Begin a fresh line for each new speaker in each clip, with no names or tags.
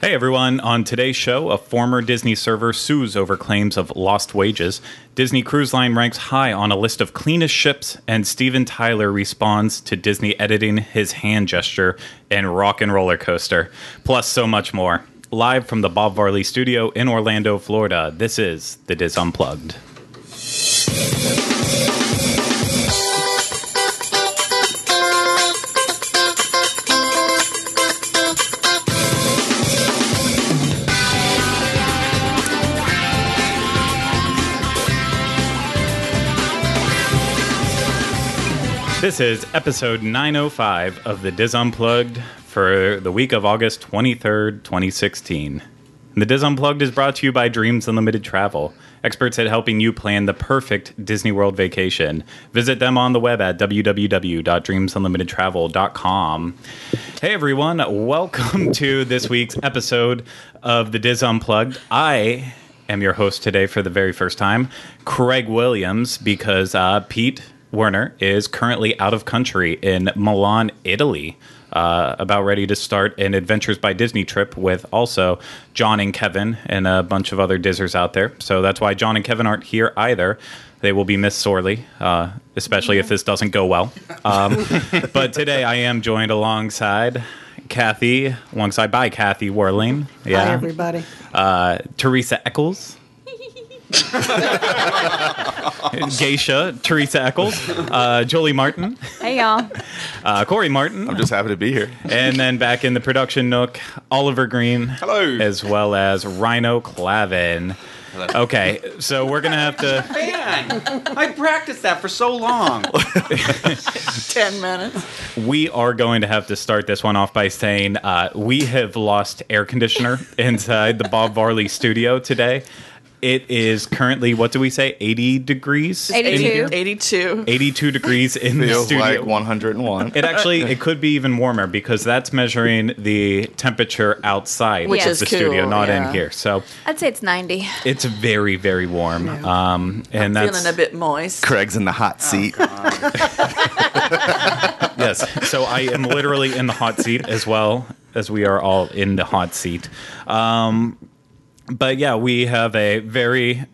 Hey everyone, on today's show, a former Disney server sues over claims of lost wages. Disney Cruise Line ranks high on a list of cleanest ships, and Steven Tyler responds to Disney editing his hand gesture and rock and roller coaster. Plus, so much more. Live from the Bob Varley studio in Orlando, Florida, this is The Diz Unplugged. This is episode 905 of the Diz Unplugged for the week of August 23rd, 2016. And the Diz Unplugged is brought to you by Dreams Unlimited Travel, experts at helping you plan the perfect Disney World vacation. Visit them on the web at www.dreamsunlimitedtravel.com. Hey everyone, welcome to this week's episode of the Diz Unplugged. I am your host today for the very first time, Craig Williams, because uh, Pete Werner is currently out of country in Milan, Italy, uh, about ready to start an Adventures by Disney trip with also John and Kevin and a bunch of other Dizzers out there. So that's why John and Kevin aren't here either. They will be missed sorely, uh, especially if this doesn't go well. Um, but today I am joined alongside Kathy, alongside by Kathy Worling. Yeah.
Hi, everybody.
Uh, Teresa Eccles. Geisha, Teresa Eccles, uh, Jolie Martin,
Hey y'all.
uh, Corey Martin,
I'm just happy to be here.
and then back in the production nook, Oliver Green.
Hello.
As well as Rhino Clavin.
Hello.
Okay, so we're going to have to.
Man, I practiced that for so long.
Ten minutes.
We are going to have to start this one off by saying uh, we have lost air conditioner inside the Bob Varley studio today. It is currently, what do we say, 80 degrees?
82.
82.
82 degrees in the
Feels
studio.
like 101.
It actually it could be even warmer because that's measuring the temperature outside
Which
of
is
the studio,
cool,
not in
yeah.
here. So
I'd say it's 90.
it's very very warm. Um, and that's
Feeling a bit moist.
Craig's in the hot seat.
yes. So I am literally in the hot seat as well as we are all in the hot seat. Um, but yeah, we have a very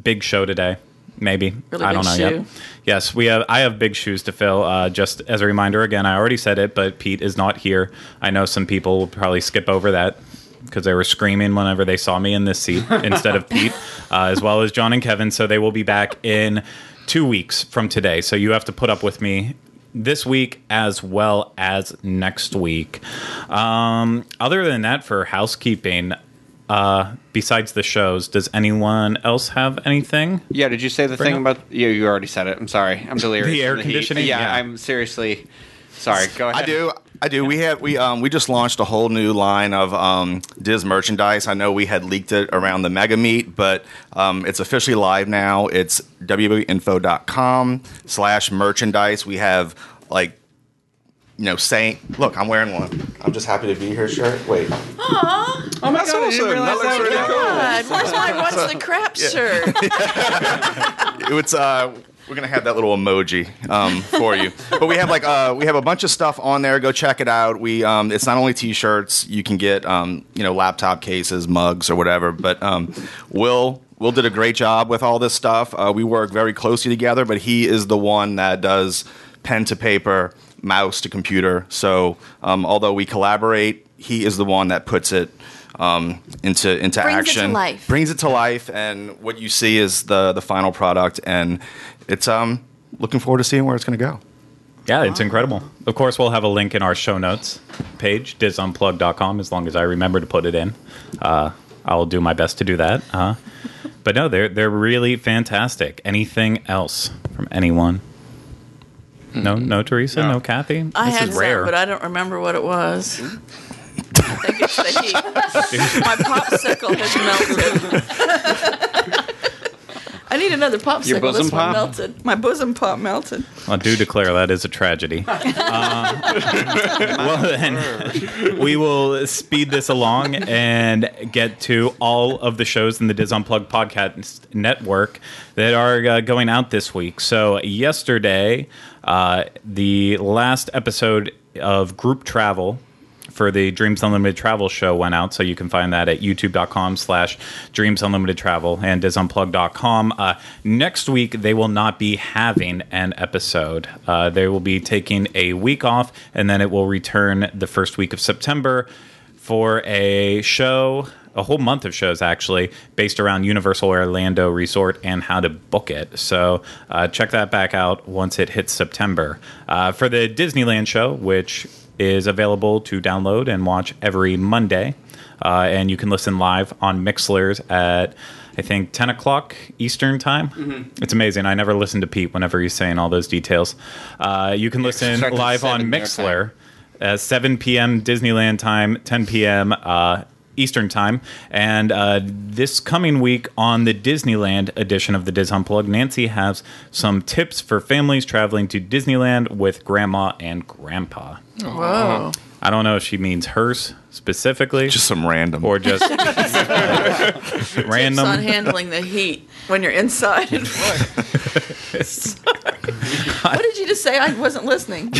big show today. Maybe
Really
I
big
don't know yet.
shoe.
Yes, we have. I have big shoes to fill. Uh, just as a reminder, again, I already said it, but Pete is not here. I know some people will probably skip over that because they were screaming whenever they saw me in this seat instead of Pete, uh, as well as John and Kevin. So they will be back in two weeks from today. So you have to put up with me this week as well as next week. Um, other than that, for housekeeping. Uh, besides the shows, does anyone else have anything?
yeah, did you say the thing
up-
about you? You already said it. I'm sorry. I'm delirious.
The air
from heat.
conditioning?
Yeah,
Yeah.
I'm seriously sorry. Go ahead.
I do. I do. We have we um we just launched a whole new line of um Diz merchandise. I know we had leaked it around the Mega Meet, but um it's officially live now. It's www.info.com slash merchandise. We have like you know saying look, I'm wearing one. I'm just happy to be here shirt. Wait.
Oh my
That's
god, I didn't
awesome.
realize
That looks
that was
really
cool.
God, where's my What's the Crap shirt?
it's uh we're gonna have that little emoji um, for you but we have like uh, we have a bunch of stuff on there go check it out we um, it's not only t-shirts you can get um, you know laptop cases mugs or whatever but um, will will did a great job with all this stuff uh, we work very closely together but he is the one that does pen to paper mouse to computer so um, although we collaborate he is the one that puts it um, into into
Brings it to
action
life.
brings it to life and what you see is the the final product and it's um looking forward to seeing where it's going to go
Yeah, it's incredible. Of course, we'll have a link in our show notes page, disunplug.com, as long as I remember to put it in. Uh, I'll do my best to do that. Uh, but no, they're, they're really fantastic. Anything else from anyone? No, no, Teresa, no,
No.
Kathy. This
I had
is
some,
rare.
but I don't remember what it was. I think it's the heat. my popsicle has melted. I need another popsicle.
Your bosom
this one
pop?
melted. My bosom pop melted.
I do declare that is a tragedy. Uh, well, then, we will speed this along and get to all of the shows in the Diz Unplugged podcast network that are uh, going out this week. So, yesterday, uh, the last episode of Group Travel for the Dreams Unlimited Travel show went out, so you can find that at youtube.com slash Dreams Unlimited Travel and disunplug.com. Uh, next week, they will not be having an episode. Uh, they will be taking a week off, and then it will return the first week of September for a show, a whole month of shows actually, based around Universal Orlando Resort and how to book it. So uh, check that back out once it hits September. Uh, for the Disneyland show, which is available to download and watch every Monday, uh, and you can listen live on Mixlers at. I think 10 o'clock Eastern time. It's amazing. I never listen to Pete whenever he's saying all those details. Uh, you can listen
starts at
live on
7 their time.
Mixler uh, 7 p.m. Disneyland time, 10 p.m. Uh, Eastern time. And uh, this coming week on the Disneyland edition of the Diz Unplugged, Nancy has some tips for families traveling to Disneyland with grandma and grandpa.
Whoa.
I don't know if she means hers specifically
Just some random.
or just
It's on
random.
handling the heat when you're inside. Sorry. what did you just say? I wasn't listening.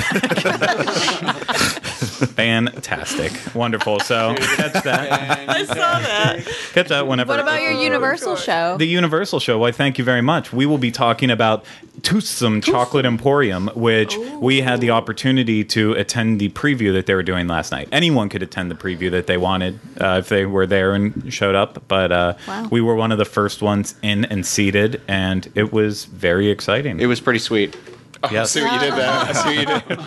Fantastic. Wonderful. So catch that.
I saw that.
Catch that whenever.
What about your Universal
God.
show?
the Universal show. Why, thank you very much. We will be talking about Toothsome Chocolate Emporium, which we had the opportunity to attend the preview that they were doing last night. Anyone could attend the preview that they wanted uh, if they were there and showed up, but uh,
Wow.
we were one of the first ones in and seated, and it was very exciting.
It was pretty sweet.
Yes.
I see what you did there. I see what you did.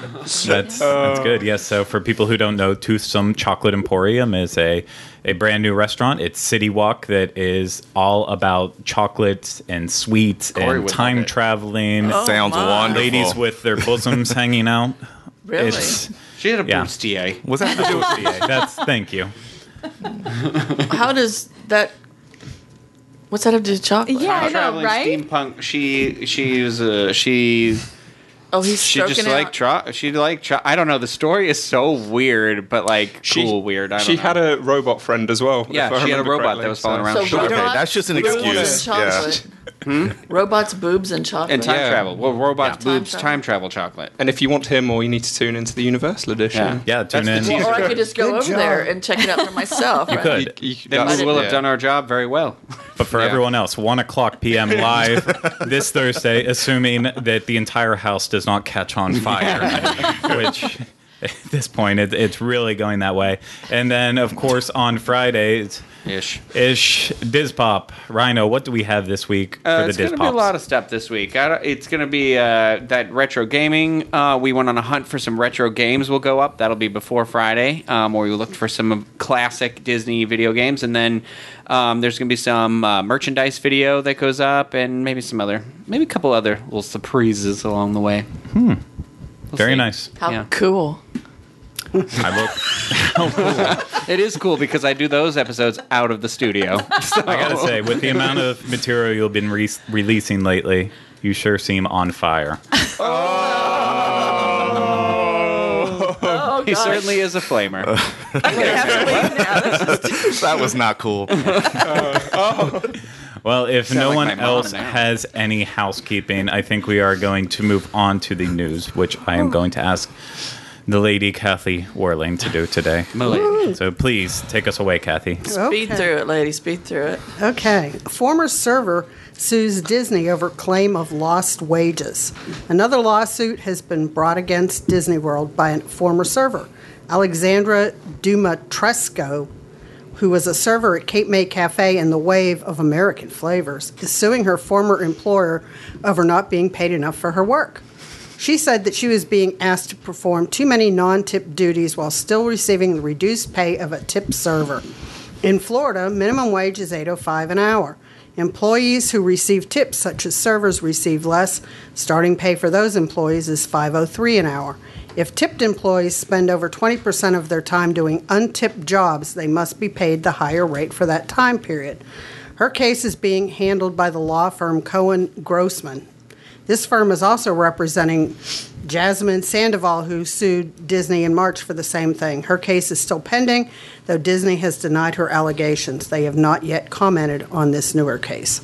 That's that's good. Yes. So for people who don't know, Toothsome Chocolate Emporium is a a brand new restaurant. It's City Walk that is all about chocolates and sweets
Corey
and
would love
time
it.
traveling.
Oh
Sounds
my.
wonderful.
Ladies with their bosoms hanging out.
Really?
It's
She did a
Yeah.
bustier.
What's that have to do with
that's thank you.
How does that? What's that have to do with chocolate?
Yeah, I know,
Traveling
right?
steampunk. She she was uh, she
Oh, he's
she
stroking
just
it
like
out.
tro- she like tro- I don't know. The story is so weird, but like cool weird. I don't
she
know.
had a robot friend as well.
Yeah,
if I
she had a
remember
robot
correctly,
that was
so-
following around.
So
Sugar
robots,
Babe.
Okay, that's just an excuse. Yeah.
chocolate. Robots, boobs, and chocolate.
and time
Yeah.
travel. Well, robots,
Yeah.
boobs,
Time
time travel chocolate.
And if you want to hear more, you need to tune into the Universal edition.
Yeah, tune
That's the
in.
teaser.
Or I could just go
Good
over
job.
there and check it out for myself. right?
Good.
You- you-
Then
that's-
we will have
yeah.
done our job very well.
But for
Yeah.
everyone else, one o'clock p.m. live this Thursday, assuming that the entire house does not catch on fire, which at this point it, it's really going that way. And then, of course, on Fridays
Ish.
ish Diz Pop Rhino. What do we have this week
Uh,
for the Diz
it's going to be a
Pops?
lot of stuff this week. I don't- it's going to be uh, that retro gaming. Uh, we went on a hunt for some retro games. Will go up. That'll be before Friday, um, where we looked for some of classic Disney video games, and then um, there's going to be some uh, merchandise video that goes up, and maybe some other, maybe a couple other little surprises along the way. Hmm.
Very nice.
How
Yeah.
cool.
I will.
It is cool because I do those episodes out of the studio. So-
I gotta say, with the amount of material you've been re- releasing lately, you sure seem on fire.
Oh,
he
gosh.
certainly is a flamer.
I'm gonna have to leave now. That's just
That was not cool.
Well, if no
like my
one
mom
else
now.
has any housekeeping, I think we are going to move on to the news, which I am going to ask the lady Kathy Worling to do today.
Malay.
So please take us away, Kathy.
speed through it, lady. Speed through it.
Okay. A Former server sues Disney over claim of lost wages. Another lawsuit has been brought against Disney World by a former server, Alexandra Dumatresco, who was a server at Cape May Cafe in the wave of American flavors, is suing her former employer over not being paid enough for her work. She said that she was being asked to perform too many non tip duties while still receiving the reduced pay of a tip server. In Florida, minimum wage is 805 an hour. Employees who receive tips, such as servers, receive less. Starting pay for those employees is 503 an hour. If tipped employees spend over 20% of their time doing untipped jobs, they must be paid the higher rate for that time period. Her case is being handled by the law firm Cohen Grossman. This firm is also representing Jasmine Sandoval, who sued Disney in March for the same thing. Her case is still pending, though Disney has denied her allegations. They have not yet commented on this newer case.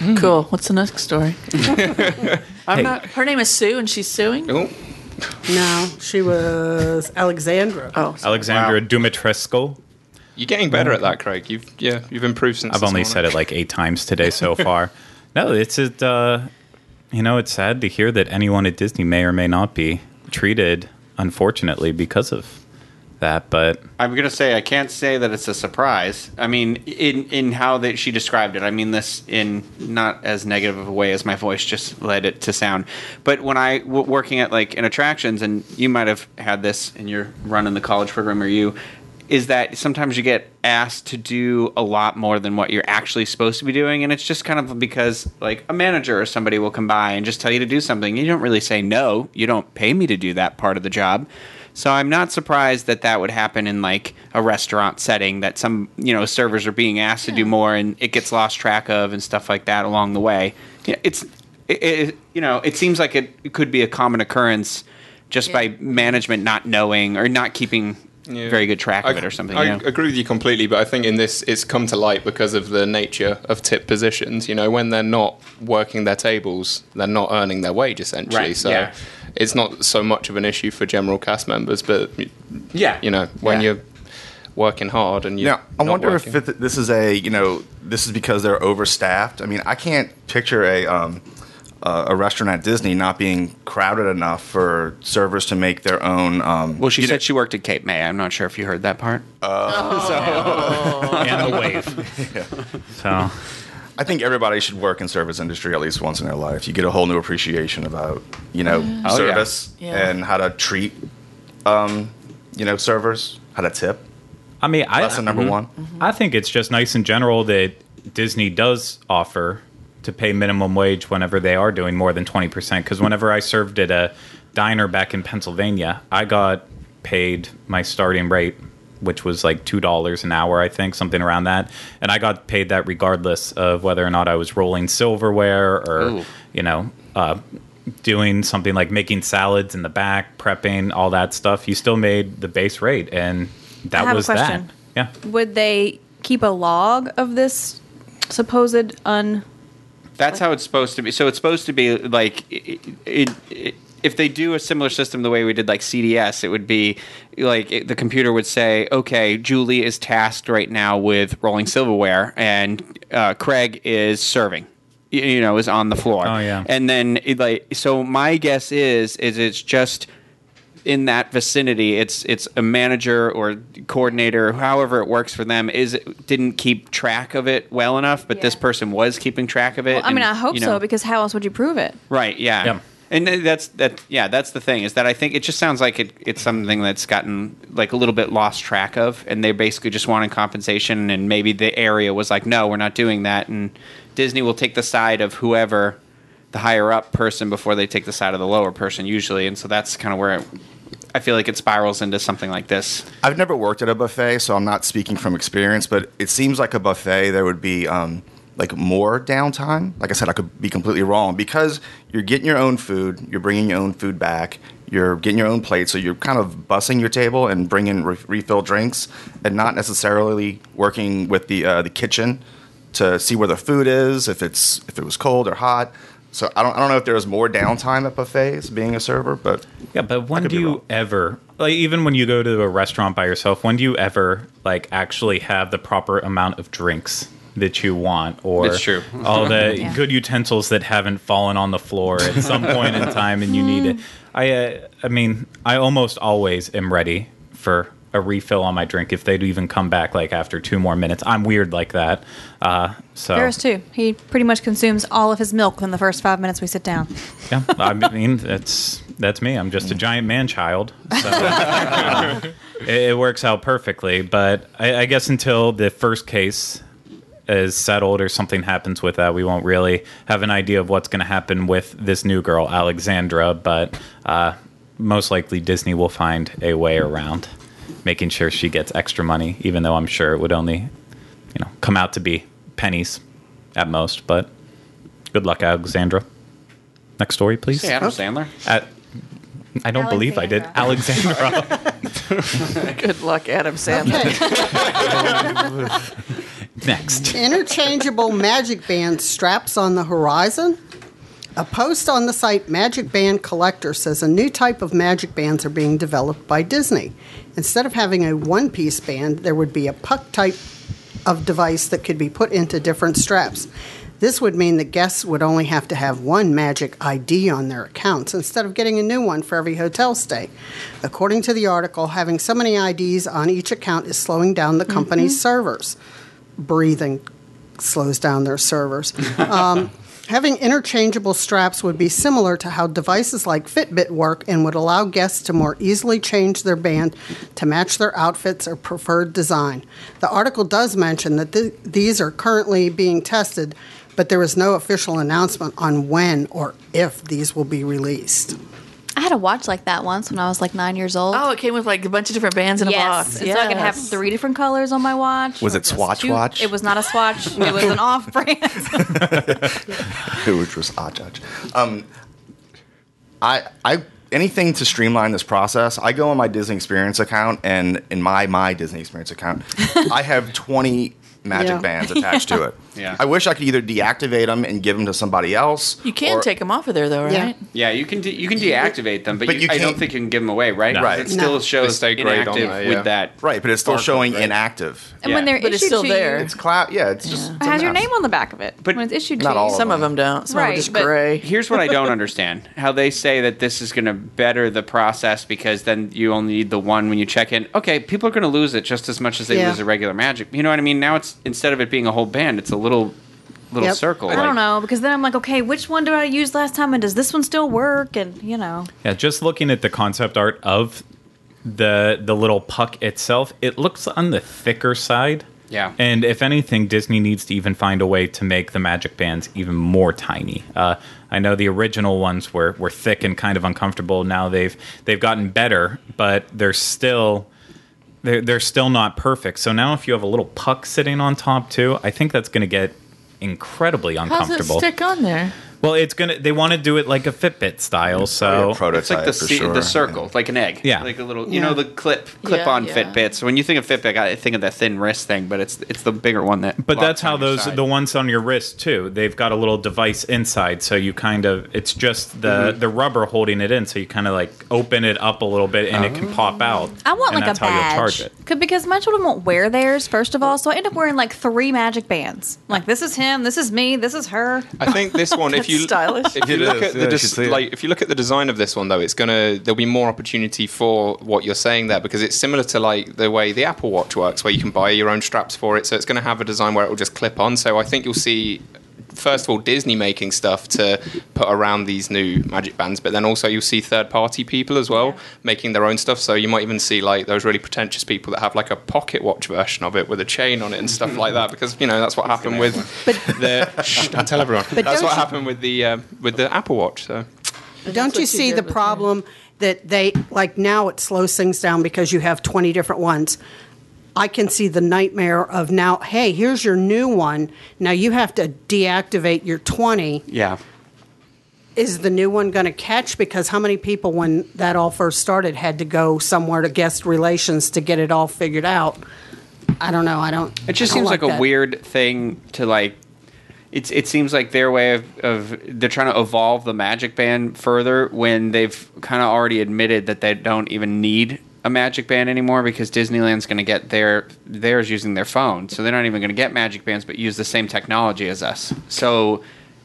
Hmm. Cool. What's the next story?
Hey.
Her name is Sue, and she's suing.
Oh,
No, she was Alexandra.
Oh,
Alexandra Dumitrescu.
You're getting better at that, Craig. You've yeah, you've improved since.
I've
this
only
morning.
said it like eight times today so far. No, it's it. Uh, you know, it's sad to hear that anyone at Disney may or may not be treated, unfortunately, because of that. But
I'm gonna say I can't say that it's a surprise. I mean, in in how that she described it. I mean this in not as negative of a way as my voice just led it to sound. But when I w- working at like in attractions, and you might have had this in your run in the college program, or you, is that sometimes you get asked to do a lot more than what you're actually supposed to be doing, and it's just kind of because like a manager or somebody will come by and just tell you to do something. You don't really say no. You don't pay me to do that part of the job. So I'm not surprised that that would happen in like a restaurant setting that some you know servers are being asked to do more and it gets lost track of and stuff like that along the way. Yeah, it's it, it, you know it seems like it, it could be a common occurrence just by management not knowing or not keeping
Yeah.
very good track of
I-
it or something.
I
yeah.
agree with you completely, but I think in this it's come to light because of the nature of tip positions. You know, when they're not working their tables, they're not earning their wage essentially.
Right,
So
yeah.
it's not so much of an issue for general cast members, but
yeah,
you know, when
Yeah.
you're working hard and you
Now, I wonder if it, this is a you know this is because they're overstaffed. I mean, I can't picture a um, uh, a restaurant at Disney not being crowded enough for servers to make their own. Um,
Well, she said she worked at Cape May. I'm not sure if you heard that part.
and the wave. So
I think everybody should work in service industry at least once in their life. You get a whole new appreciation about you know
yeah.
service
Yeah.
and how to treat um, you know servers, how to tip.
I mean, I
Lesson number
Mhm.
one.
I think it's just nice in general that Disney does offer to pay minimum wage whenever they are doing more than 20%. Because whenever I served at a diner back in Pennsylvania, I got paid my starting rate, which was like $2 an hour, I think, something around that. And I got paid that regardless of whether or not I was rolling silverware or,
Ooh.
you know, uh, doing something like making salads in the back, prepping, all that stuff. You still made the base rate. And that
have a
was that.
question.
Yeah.
Would they keep a log of this supposed un?
That's how it's supposed to be. So it's supposed to be like it, it, it, if they do a similar system the way we did like CDS, it would be like it, the computer would say, "Okay, Julie is tasked right now with rolling silverware, and uh, Craig is serving." y- You know, is on the floor.
Oh, yeah.
And then it, like so, my guess is is it's just in that vicinity it's it's a manager or coordinator however it works for them is didn't keep track of it well enough but this
Yeah.
person was keeping track of it
Well, I mean,
and,
I hope
you know-
so because how else would you prove it?
right, yeah.
Yeah.
And th- that's that. Yeah, that's the thing is that I think it just sounds like it, it's something that's gotten like a little bit lost track of, and they basically just wanted compensation, and maybe the area was like, no, we're not doing that, and Disney will take the side of whoever the higher up person before they take the side of the lower person usually, and so that's kind of where it, I feel like it spirals into something like this.
I've never worked at a buffet, so I'm not speaking from experience, but it seems like a buffet there would be um, like more downtime. Like I said, I could be completely wrong because you're getting your own food, you're bringing your own food back, you're getting your own plate, so you're kind of bussing your table and bringing re- refill drinks, and not necessarily working with the uh, the kitchen to see where the food is, if it's if it was cold or hot. So I don't I don't know if there was more downtime at buffets being a server, but
Yeah, but when
could
do
be
you
wrong.
ever like even when you go to a restaurant by yourself, when do you ever like actually have the proper amount of drinks that you want or
That's true.
all the
Yeah.
good utensils that haven't fallen on the floor at some point in time and you need it. I uh, I mean, I almost always am ready for a refill on my drink if they'd even come back like after two more minutes. I'm weird like that. Uh, so
Ferris too. He pretty much consumes all of his milk in the first five minutes we sit down.
yeah, I mean that's that's me. I'm just a giant man child. So, uh, it, it works out perfectly, but I, I guess until the first case is settled or something happens with that, we won't really have an idea of what's going to happen with this new girl, Alexandra. But uh, most likely, Disney will find a way around making sure she gets extra money, even though I'm sure it would only, you know, come out to be pennies at most. But good luck, Alexandra. Next story, please.
Say Adam Sandler.
At- I don't believe I did. Alexandra.
good luck, Adam Sandler.
Okay.
Next.
Interchangeable magic band straps on the horizon. A post on the site Magic Band Collector says a new type of magic bands are being developed by Disney. Instead of having a one piece band, there would be a puck type of device that could be put into different straps. This would mean that guests would only have to have one magic ID on their accounts instead of getting a new one for every hotel stay. According to the article, having so many IDs on each account is slowing down the company's servers. Breathing slows down their servers. Um, having interchangeable straps would be similar to how devices like Fitbit work and would allow guests to more easily change their band to match their outfits or preferred design. The article does mention that th- these are currently being tested, but there is no official announcement on when or if these will be released.
I had a watch like that once when I was like nine years old.
Oh, it came with like a bunch of different bands in a box.
And so I could have
Yes.
three different colors on my watch.
Was
or
it
just
Swatch
two-
watch?
It was not a swatch. it was an off brand.
which was ah, judge. Um, I I anything to streamline this process. I go on my Disney Experience account, and in my my Disney Experience account, I have twenty magic
Yeah.
bands attached to it.
Yeah.
I wish I could either deactivate them and give them to somebody else.
You can
or-
take them off of there though,
Yeah.
right?
Yeah, you can de- you can deactivate them, but,
But
you,
you
I don't
can't-
think you can give them away, right?
No.
'Cause
Right.
It still
No.
shows
stay grayed on
inactive
there, yeah.
with that.
right, but it's still
Barcode,
showing
right.
inactive.
and when
Yeah.
they're
But it's
issued
still
to
there.
you,
It's cloud. Yeah, it's just.
it has
it's a
your
mess.
name on the back of it
But
when it's issued
not
to
all
you.
of
Some of them don't. Some
Right,
of them
but-
just gray.
Here's what I don't understand: how they say that this is going to better the process because then you only need the one when you check in. Okay, people are going to lose it just as much as they
Yeah.
lose a regular magic. You know what I mean? Now it's instead of it being a whole band, it's a little little
Yep.
circle.
I
like-
don't know because then I'm like, okay, which one do I use last time, and does this one still work? And you know,
Yeah, just looking at the concept art of the the little puck itself, it looks on the thicker side.
Yeah.
And if anything, Disney needs to even find a way to make the magic bands even more tiny. Uh, I know the original ones were were thick and kind of uncomfortable. Now they've they've gotten better, but they're still they're, they're still not perfect. So now if you have a little puck sitting on top too, I think that's going to get incredibly
How does it
uncomfortable.
stick on there?
Well, it's going to they want to do it like a Fitbit style, so
Yeah, prototype
It's like the
for
ci-
sure.
the circle, like an egg.
Yeah.
like a little, you
Yeah.
know, the clip clip on
yeah.
Fitbit. So when you think of Fitbit, I think of that thin wrist thing, but it's it's the bigger one that.
But
locks
that's how
on your
those
side.
the ones on your wrist too. They've got a little device inside, so you kind of it's just the
Mm-hmm.
the rubber holding it in, so you kind of like open it up a little bit and it
Oh.
can pop out.
I want
and
like
that's
a
how
badge.
you'll charge it.
Could- because my children won't wear theirs first of all, so I end up wearing like three magic bands. Like this is him, this is me, this is her.
I think this one, if
That's
you
stylish.
if you
It
look
is,
at the
yeah, I
des-
should see it.
like if you look at the design of this one though, it's gonna there'll be more opportunity for what you're saying there because it's similar to like the way the Apple Watch works, where you can buy your own straps for it. So it's gonna have a design where it will just clip on. So I think you'll see. First of all, Disney making stuff to put around these new magic bands, but then also you'll see third party people as well making their own stuff. So you might even see like those really pretentious people that have like a pocket watch version of it with a chain on it and stuff like that, because you know that's what happened with the. Shh, I tell everyone. That's
don't
what
you-
happened with the um, with the Apple Watch. So
Don't
what
you
you
see
did
the
with
problem that they like now it slows things down because you have 20 different ones. I can see the nightmare of now, hey, here's your new one. Now you have to deactivate your 20.
yeah.
Is the new one going to catch? Because how many people, when that all first started, had to go somewhere to guest relations to get it all figured out? I don't know. I don't.
It just
I don't
seems like, a
that.
weird thing to like. It's it seems like their way of, of they're trying to evolve the Magic Band further when they've kind of already admitted that they don't even need a Magic Band anymore because Disneyland's going to get their theirs using their phone, so they're not even going to get Magic Bands, but use the same technology as us. So.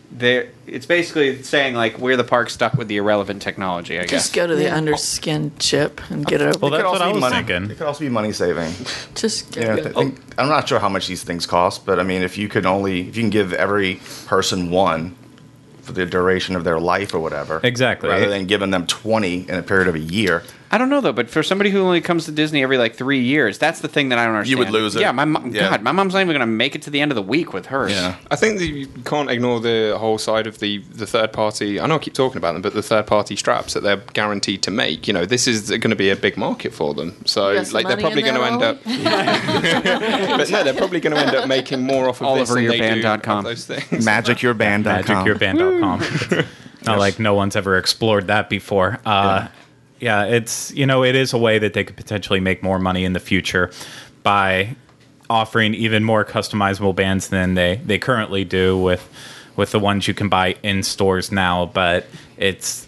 They're, it's basically saying like we're the park stuck with the irrelevant technology. I guess
Just go to the underskin chip and get it.
Well, that's
over.
Could
what
also
I
be
was
money-
thinking.
It could also be money saving.
just
Yeah,
get
I
it.
think, I'm not sure how much these things cost, but I mean, if you can only if you can give every person one for the duration of their life or whatever,
Exactly.
rather than giving them 20 in a period of a year,
I don't know though, but for somebody who only comes to Disney every like three years, that's the thing that I don't understand.
You would lose it.
Yeah, my mom,
Yeah.
God, my mom's not even going to make it to the end of the week with hers.
I think that you can't ignore the whole side of the the third party. I know I keep talking about them, but the third party straps that they're guaranteed to make. You know, this is going to be a big market for them. So
You got some
like they're
money
probably
in
going
there,
to end up. but no, they're probably going to end up making more off of this than they do
OliverYourBand.com.
of those things.
magicyourband.com.
magicpureband.com. Not like no one's ever explored that before. Uh, yeah. it's you know it is a way that they could potentially make more money in the future by offering even more customizable bands than they they currently do with with the ones you can buy in stores now, but it's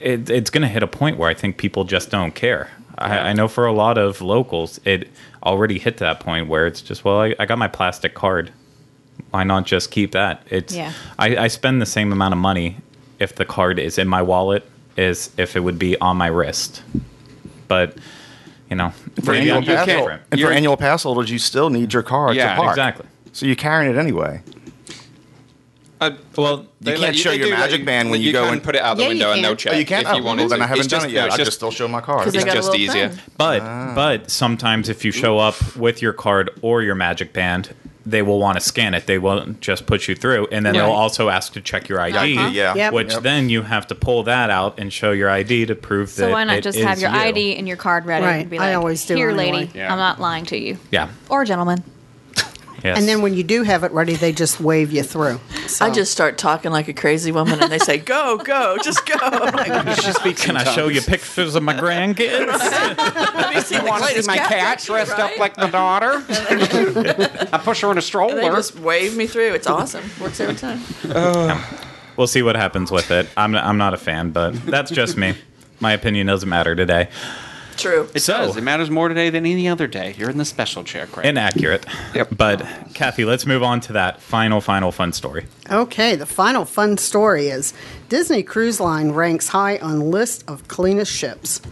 it, it's going to hit a point where I think people just don't care. I, I know for a lot of locals, it already hit that point where it's just, well, I, I got my plastic card. Why not just keep that? It's
Yeah.
I, I spend the same amount of money if the card is in my wallet as if it would be on my wrist. But you know,
For
maybe
annual
I'm just
pass hol-
different.
and for
You're-
annual pass holders, you still need your card
Yeah,
to park.
exactly.
So you're carrying it anyway.
Uh,
Well,
they
can't
let
show
they
your
do let
magic band when you go
can
and-
put it out the
Yeah, you
window and
can.
they'll check
Oh, you can't.
if you
Oh,
wanted.
well, then
to.
I haven't
It's
done
just-
it yet.
it's
I
just-
just still show my card.
Because they
It's
got
just
a little
easier.
thing.
But
Ah.
but sometimes if you show up with your card or your magic band, they will want to scan it. They won't just put you through, and then they'll
Right.
also ask to check your ID.
Uh-huh.
Yeah.
Yep.
Which
Yep.
then you have to pull that out and show your ID to prove that.
So why not
it
just
is
have your
you.
ID and your card ready?
Right.
And be
I
like,
always do
Here,
anyway.
lady,
Yeah.
I'm not lying to you.
Yeah.
Or gentlemen.
Yes.
And then when you do have it ready, they just wave you through. So.
I just start talking like a crazy woman, and they say, "Go, go, just go." I'm like,
can I show you pictures of my grandkids?
have you seen the
want to see
latest
my
cat
cat
picture,
dressed up
right?
like my daughter. I push her in a stroller.
They just wave me through. It's awesome. Works every time.
we'll see what happens with it. I'm I'm not a fan, but that's just me. My opinion doesn't matter today. Oh,
True.
It
So-
does. It matters more today than any other day. You're in the special chair, Craig.
Inaccurate.
Yep.
But Kathy, let's move on to that final, final fun story.
Okay, the final fun story is Disney Cruise Line ranks high on list of cleanest ships.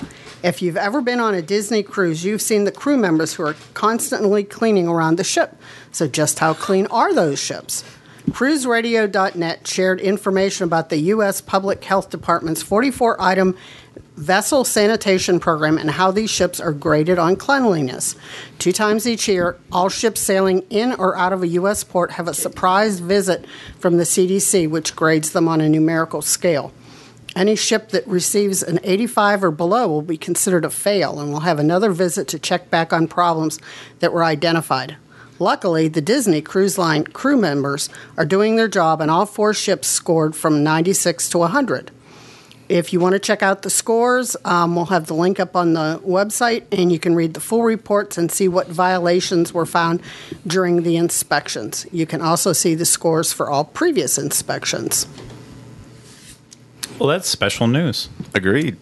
If you've ever been on a Disney cruise, you've seen the crew members who are constantly cleaning around the ship. So just how clean are those ships? CruiseRadio.net shared information about the U.S. Public Health Department's 44 item vessel sanitation program and how these ships are graded on cleanliness. Two times each year, all ships sailing in or out of a U.S. port have a surprise visit from the CDC, which grades them on a numerical scale. Any ship that receives an 85 or below will be considered a fail and will have another visit to check back on problems that were identified. Luckily, the Disney Cruise Line crew members are doing their job, and all four ships scored from 96 to 100 if you want to check out the scores, um, we'll have the link up on the website and you can read the full reports and see what violations were found during the inspections. You can also see the scores for all previous inspections.
Well, that's special news.
Agreed.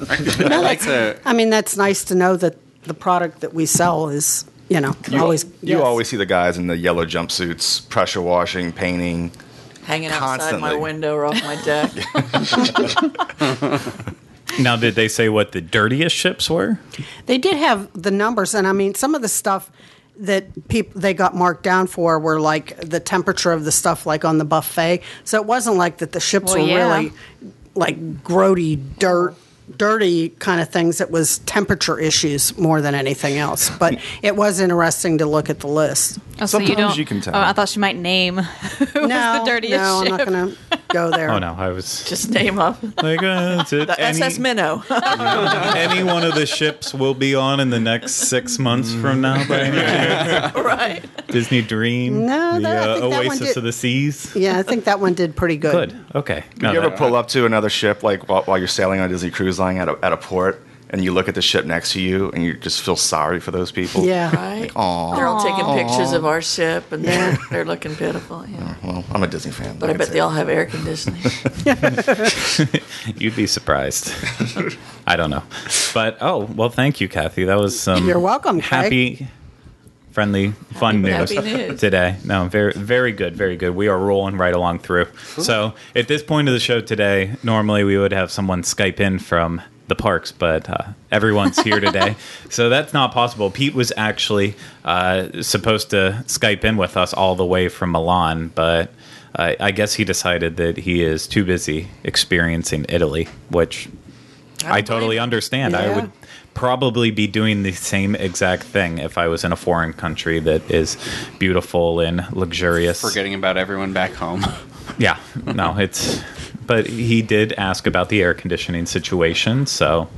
I like to.
I mean, that's nice to know that the product that we sell is, you know, always.
You
yes.
always see the guys in the yellow jumpsuits, pressure washing, painting.
Hanging outside my
Constantly.
window or off my deck.
Now, did they say what the dirtiest ships were?
They did have the numbers, and I mean, some of the stuff that people they got marked down for were like the temperature of the stuff, like on the buffet. So it wasn't like that the ships
Well,
were
yeah.
really like grody, dirt, dirty kind of things. It was temperature issues more than anything else. But it was interesting to look at the list.
Oh, so you,
Sometimes
don't,
you can tell.
Oh, I thought you might name who
no,
was the dirtiest
no,
ship.
I'm not going to go there.
Oh no, I was
Just name up the
like, uh, is it
SS
any,
Minnow.
any one of the ships we'll be on in the next six months from now? By any chance?
right.
Disney Dream,
No,
the
that- I
uh,
think that one
Oasis
did-
of the Seas.
Yeah, I think that one did pretty good.
Good. Okay. No,
you ever
that-
pull up to another ship like while, while you're sailing on a Disney cruise line at a, at a port, and you look at the ship next to you, and you just feel sorry for those people?
Yeah.
Right.
Aw. Mm-hmm.
They're all taking pictures of our ship and
Yeah.
they're, they're looking pitiful. Yeah.
Well, I'm a Disney fan.
But I
can
bet
say
they all
that.
have air conditioning.
You'd be surprised. I don't know, but oh well. Thank you, Kathy. That was some.
You're welcome, Craig.
Happy, friendly, fun news,
happy news.
today. No, very, very good, very good. We are rolling right along through. So at this point of the show today, normally we would have someone Skype in from the parks, but uh, everyone's here today, so that's not possible. Pete was actually uh, supposed to Skype in with us all the way from Milan, but. uh, I I guess he decided that he is too busy experiencing Italy, which I totally understand. I
Yeah.
would probably be doing the same exact thing if I was in a foreign country that is beautiful and luxurious.
Forgetting about everyone back home.
Yeah, no, it's. But he did ask about the air conditioning situation, so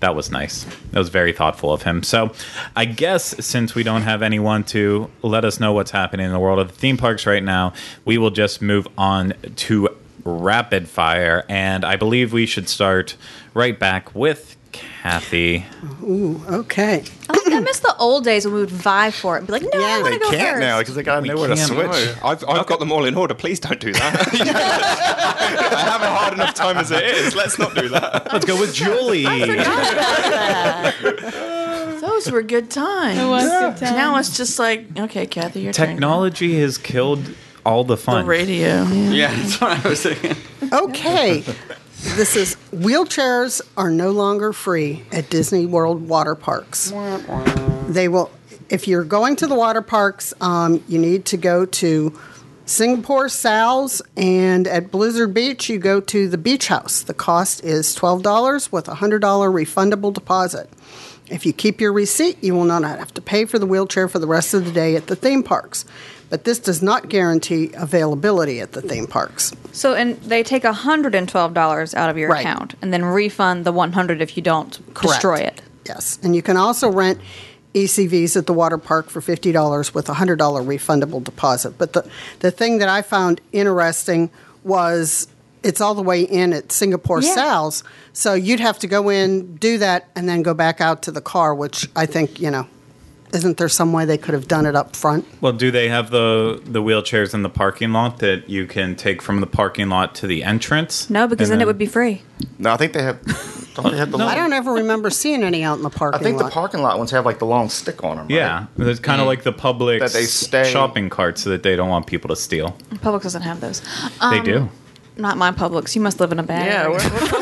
that was nice. That was very thoughtful of him. So I guess since we don't have anyone to let us know what's happening in the world of the theme parks right now, we will just move on to rapid fire. And I believe we should start right back with Kathy.
Okay.
I, like, I miss the old days when we would vie for it and be like, no, I
Yeah,
want
They
to go
can't
first.
now because they got nowhere to
can't.
switch.
No, I've, I've got them all in order. Please don't do that. I have a hard enough time as it is. Let's not do that.
Let's go with Julie.
Those were good times.
It was good time.
Now it's just like, okay, Kathy, you're
Technology has killed all the
The
fun.
radio.
Yeah, that's what I was thinking.
Okay. this is wheelchairs are no longer free at Disney World water parks. They will, if you're going to the water parks, um, you need to go to Singapore Sal's, and at Blizzard Beach, you go to the beach house. The cost is $12 with a $100 refundable deposit. If you keep your receipt, you will not have to pay for the wheelchair for the rest of the day at the theme parks. But this does not guarantee availability at the theme parks.
So and they take hundred and twelve dollars out of your
Right.
account and then refund the one hundred if you don't
Correct.
destroy it.
Yes, and you can also rent ECVs at the water park for fifty dollars with a hundred dollar refundable deposit. But the the thing that I found interesting was it's all the way in at Singapore
Yeah.
Sal's, so you'd have to go in, do that, and then go back out to the car, which I think you know. Isn't there some way they could have done it up front?
Well, do they have the the wheelchairs in the parking lot that you can take from the parking lot to the entrance?
No, because
And
then, it would be free.
No, I think they have. Don't they have the?
I don't ever remember seeing any out in the
I
parking
think the
lot.
parking lot ones have like the long stick on them.
Yeah, it's kind of like the public
Mm. That they stay-
shopping carts that they don't want people to steal.
Publix doesn't have those. Um,
they
Um,
do.
Not my Publix. You must live in a bad.
Yeah,
area.
we're,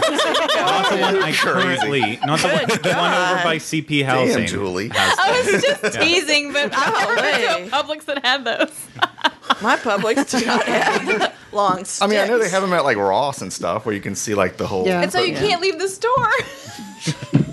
Not the one I
crazy.
currently, not the one, the one over by CP
Right?
Housing.
Damn, Julie.
I was just teasing, but I
way.
never been to a Publix that had those.
my Publix do not have long sticks.
I mean, I know they have them at like Ross and stuff where you can see like the whole.
Yeah.
And so you can't leave the store.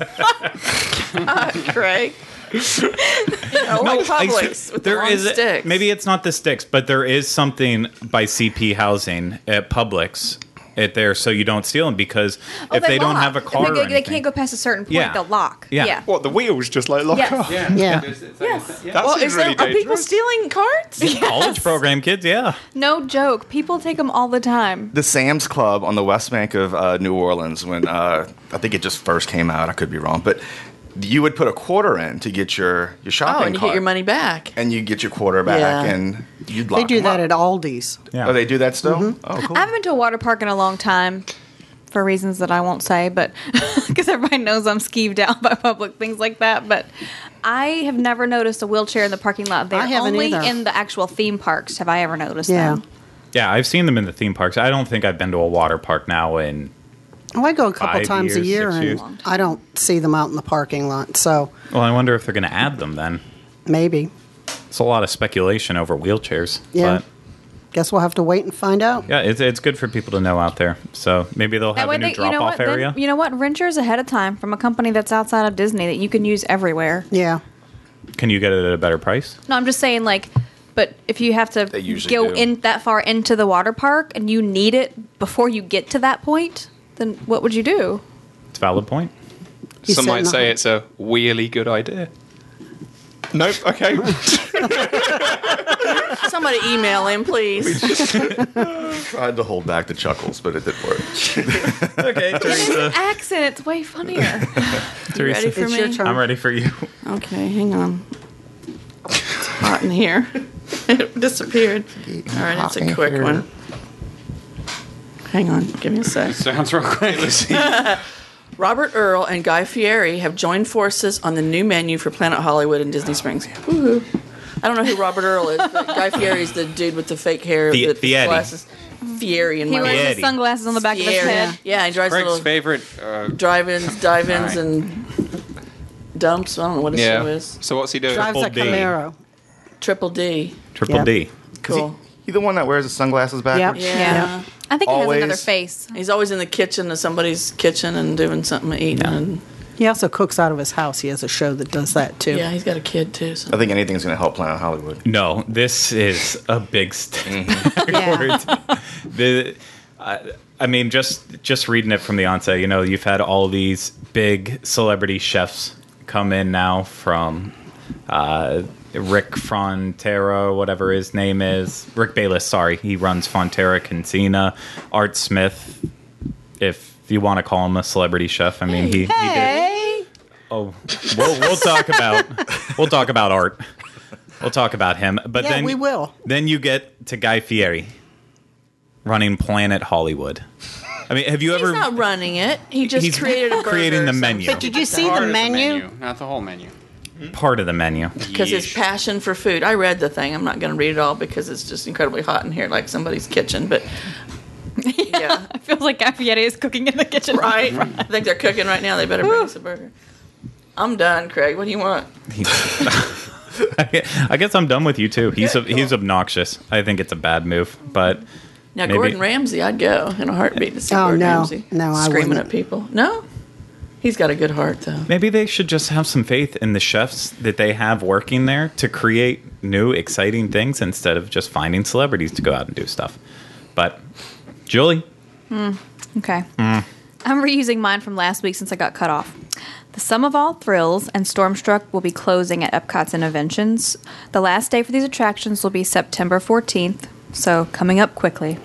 Ah, Craig. no, like
I-
Publix with the
there
long
is-
sticks.
maybe it's not the sticks, but there is something by CP Housing at Publix at there, so you don't steal them because
Oh,
if they, don't
lock.
have a car,
they, they
or anything,
can't go past a certain point.
Yeah.
They'll lock.
Yeah.
What, the wheels just like lock
Yes.
up?
Yeah.
Yeah.
There's- it's like-
Yes.
yeah.
That
Well,
seems
is
really
there, are people
dangerous.
stealing carts?
college program kids, yeah.
No joke. People take them all the time.
The Sam's Club on the West Bank of uh, New Orleans, when uh, I think it just first came out, I could be wrong, but you would put a quarter in to get your your shopping
Oh, and you
cart,
get your money back.
and you get your quarter back,
Yeah.
and you'd lock
They do
'em
that
up.
at Aldi's.
Yeah.
Oh, they do that still.
Mm-hmm.
Oh, cool.
I haven't been to a water park in a long time for reasons that I won't say, but because everybody knows I'm skeeved out by public things like that. But I have never noticed a wheelchair in the parking lot there.
I haven't
Only
either.
in the actual theme parks have I ever noticed
Yeah.
them.
Yeah, I've seen them in the theme parks. I don't think I've been to a water park now in
Oh, I go a couple
Five
times
years,
a year,
six
and
years.
I don't see them out in the parking lot. So
well, I wonder if they're going to add them then.
maybe.
It's a lot of speculation over wheelchairs.
Yeah.
But
Guess we'll have to wait and find out.
yeah, it's, it's good for people to know out there. So maybe they'll have a new
they-
drop
know
off
what? then-
area.
you know what? Renters ahead of time from a company that's outside of Disney that you can use everywhere.
Yeah.
Can you get it at a better price?
No, I'm just saying like, but if you have to
They usually
go
do.
in that far into the water park and you need it before you get to that point, then what would you do?
It's a valid point.
You
Some
said
might
not-
say it's a really good idea. Nope. Okay.
Somebody email him, please.
tried to hold back the chuckles, but it didn't work.
Okay, Teresa.
Accent, it's way funnier.
You ready for
It's
me?
your turn.
I'm ready for you.
Okay, hang on. It's hot in here. it disappeared. All right, it's a quick one. Hang on, give me a sec.
Sounds real quick.
Robert Earl and Guy Fieri have joined forces on the new menu for Planet Hollywood in
Oh,
Disney Springs. Woohoo. I don't know who Robert Earl is, but Guy Fieri is the dude with the fake hair,
Fi-
with the
Fieri.
glasses. Fieri and
He wears
Fieri.
his sunglasses on the back of his head.
Yeah, he drives
Craig's
little
favorite. Uh,
drive-ins,
Alright.
dive-ins, and dumps. I don't know what his show
yeah.
is.
So what's he doing?
Drives
Triple
a
D.
Camaro.
Triple D.
Triple
Yeah.
D.
Cool.
You the one that wears the sunglasses backwards?
Yep.
yeah.
I think he has another
Always.
face.
He's always in the kitchen of somebody's kitchen and doing something and eating. And
He also cooks out of his house. He has a show that does that too.
yeah, he's got a kid too. So.
I think anything's going to help Planet Hollywood.
No, this is a big step backwards. The, I, I mean, just just reading it from the onset, you know, you've had all these big celebrity chefs come in now from uh, Rick Frontera, whatever his name is, Rick Bayless. Sorry, he runs Frontera Cantina. Art Smith, if you want to call him a celebrity chef, I mean, he, he did. Oh, we'll, we'll talk about we'll talk about art. We'll talk about him, but
Yeah,
then
we will.
Then you get to Guy Fieri running Planet Hollywood. I mean, have you
He's
ever?
not running it. He just
He's
created a burger
creating the
or
menu.
something.
But
Did you see the
Part of
menu?
not the whole menu.
part of the menu.
because his passion for food. I read the thing. I'm not going to read it all because it's just incredibly hot in here, like somebody's kitchen. But yeah,
It feels like Gaffietti is cooking in the kitchen.
right. I think they're cooking right now. They better bring us a burger. I'm done, Craig. What do you want?
He- I guess I'm done with you too. He's ob- he's obnoxious. I think it's a bad move, but
Now,
Maybe-
Gordon Ramsay, I'd go in a heartbeat to see
Oh,
Gordon
no.
Ramsay
No, I
screaming
wouldn't.
at people. No, he's got a good heart though.
maybe they should just have some faith in the chefs that they have working there to create new exciting things instead of just finding celebrities to go out and do stuff. But Julie,
Okay. I'm reusing mine from last week since I got cut off. The Sum of All Thrills and Stormstruck will be closing at Epcot's Interventions. The last day for these attractions will be September 14th, so coming up quickly.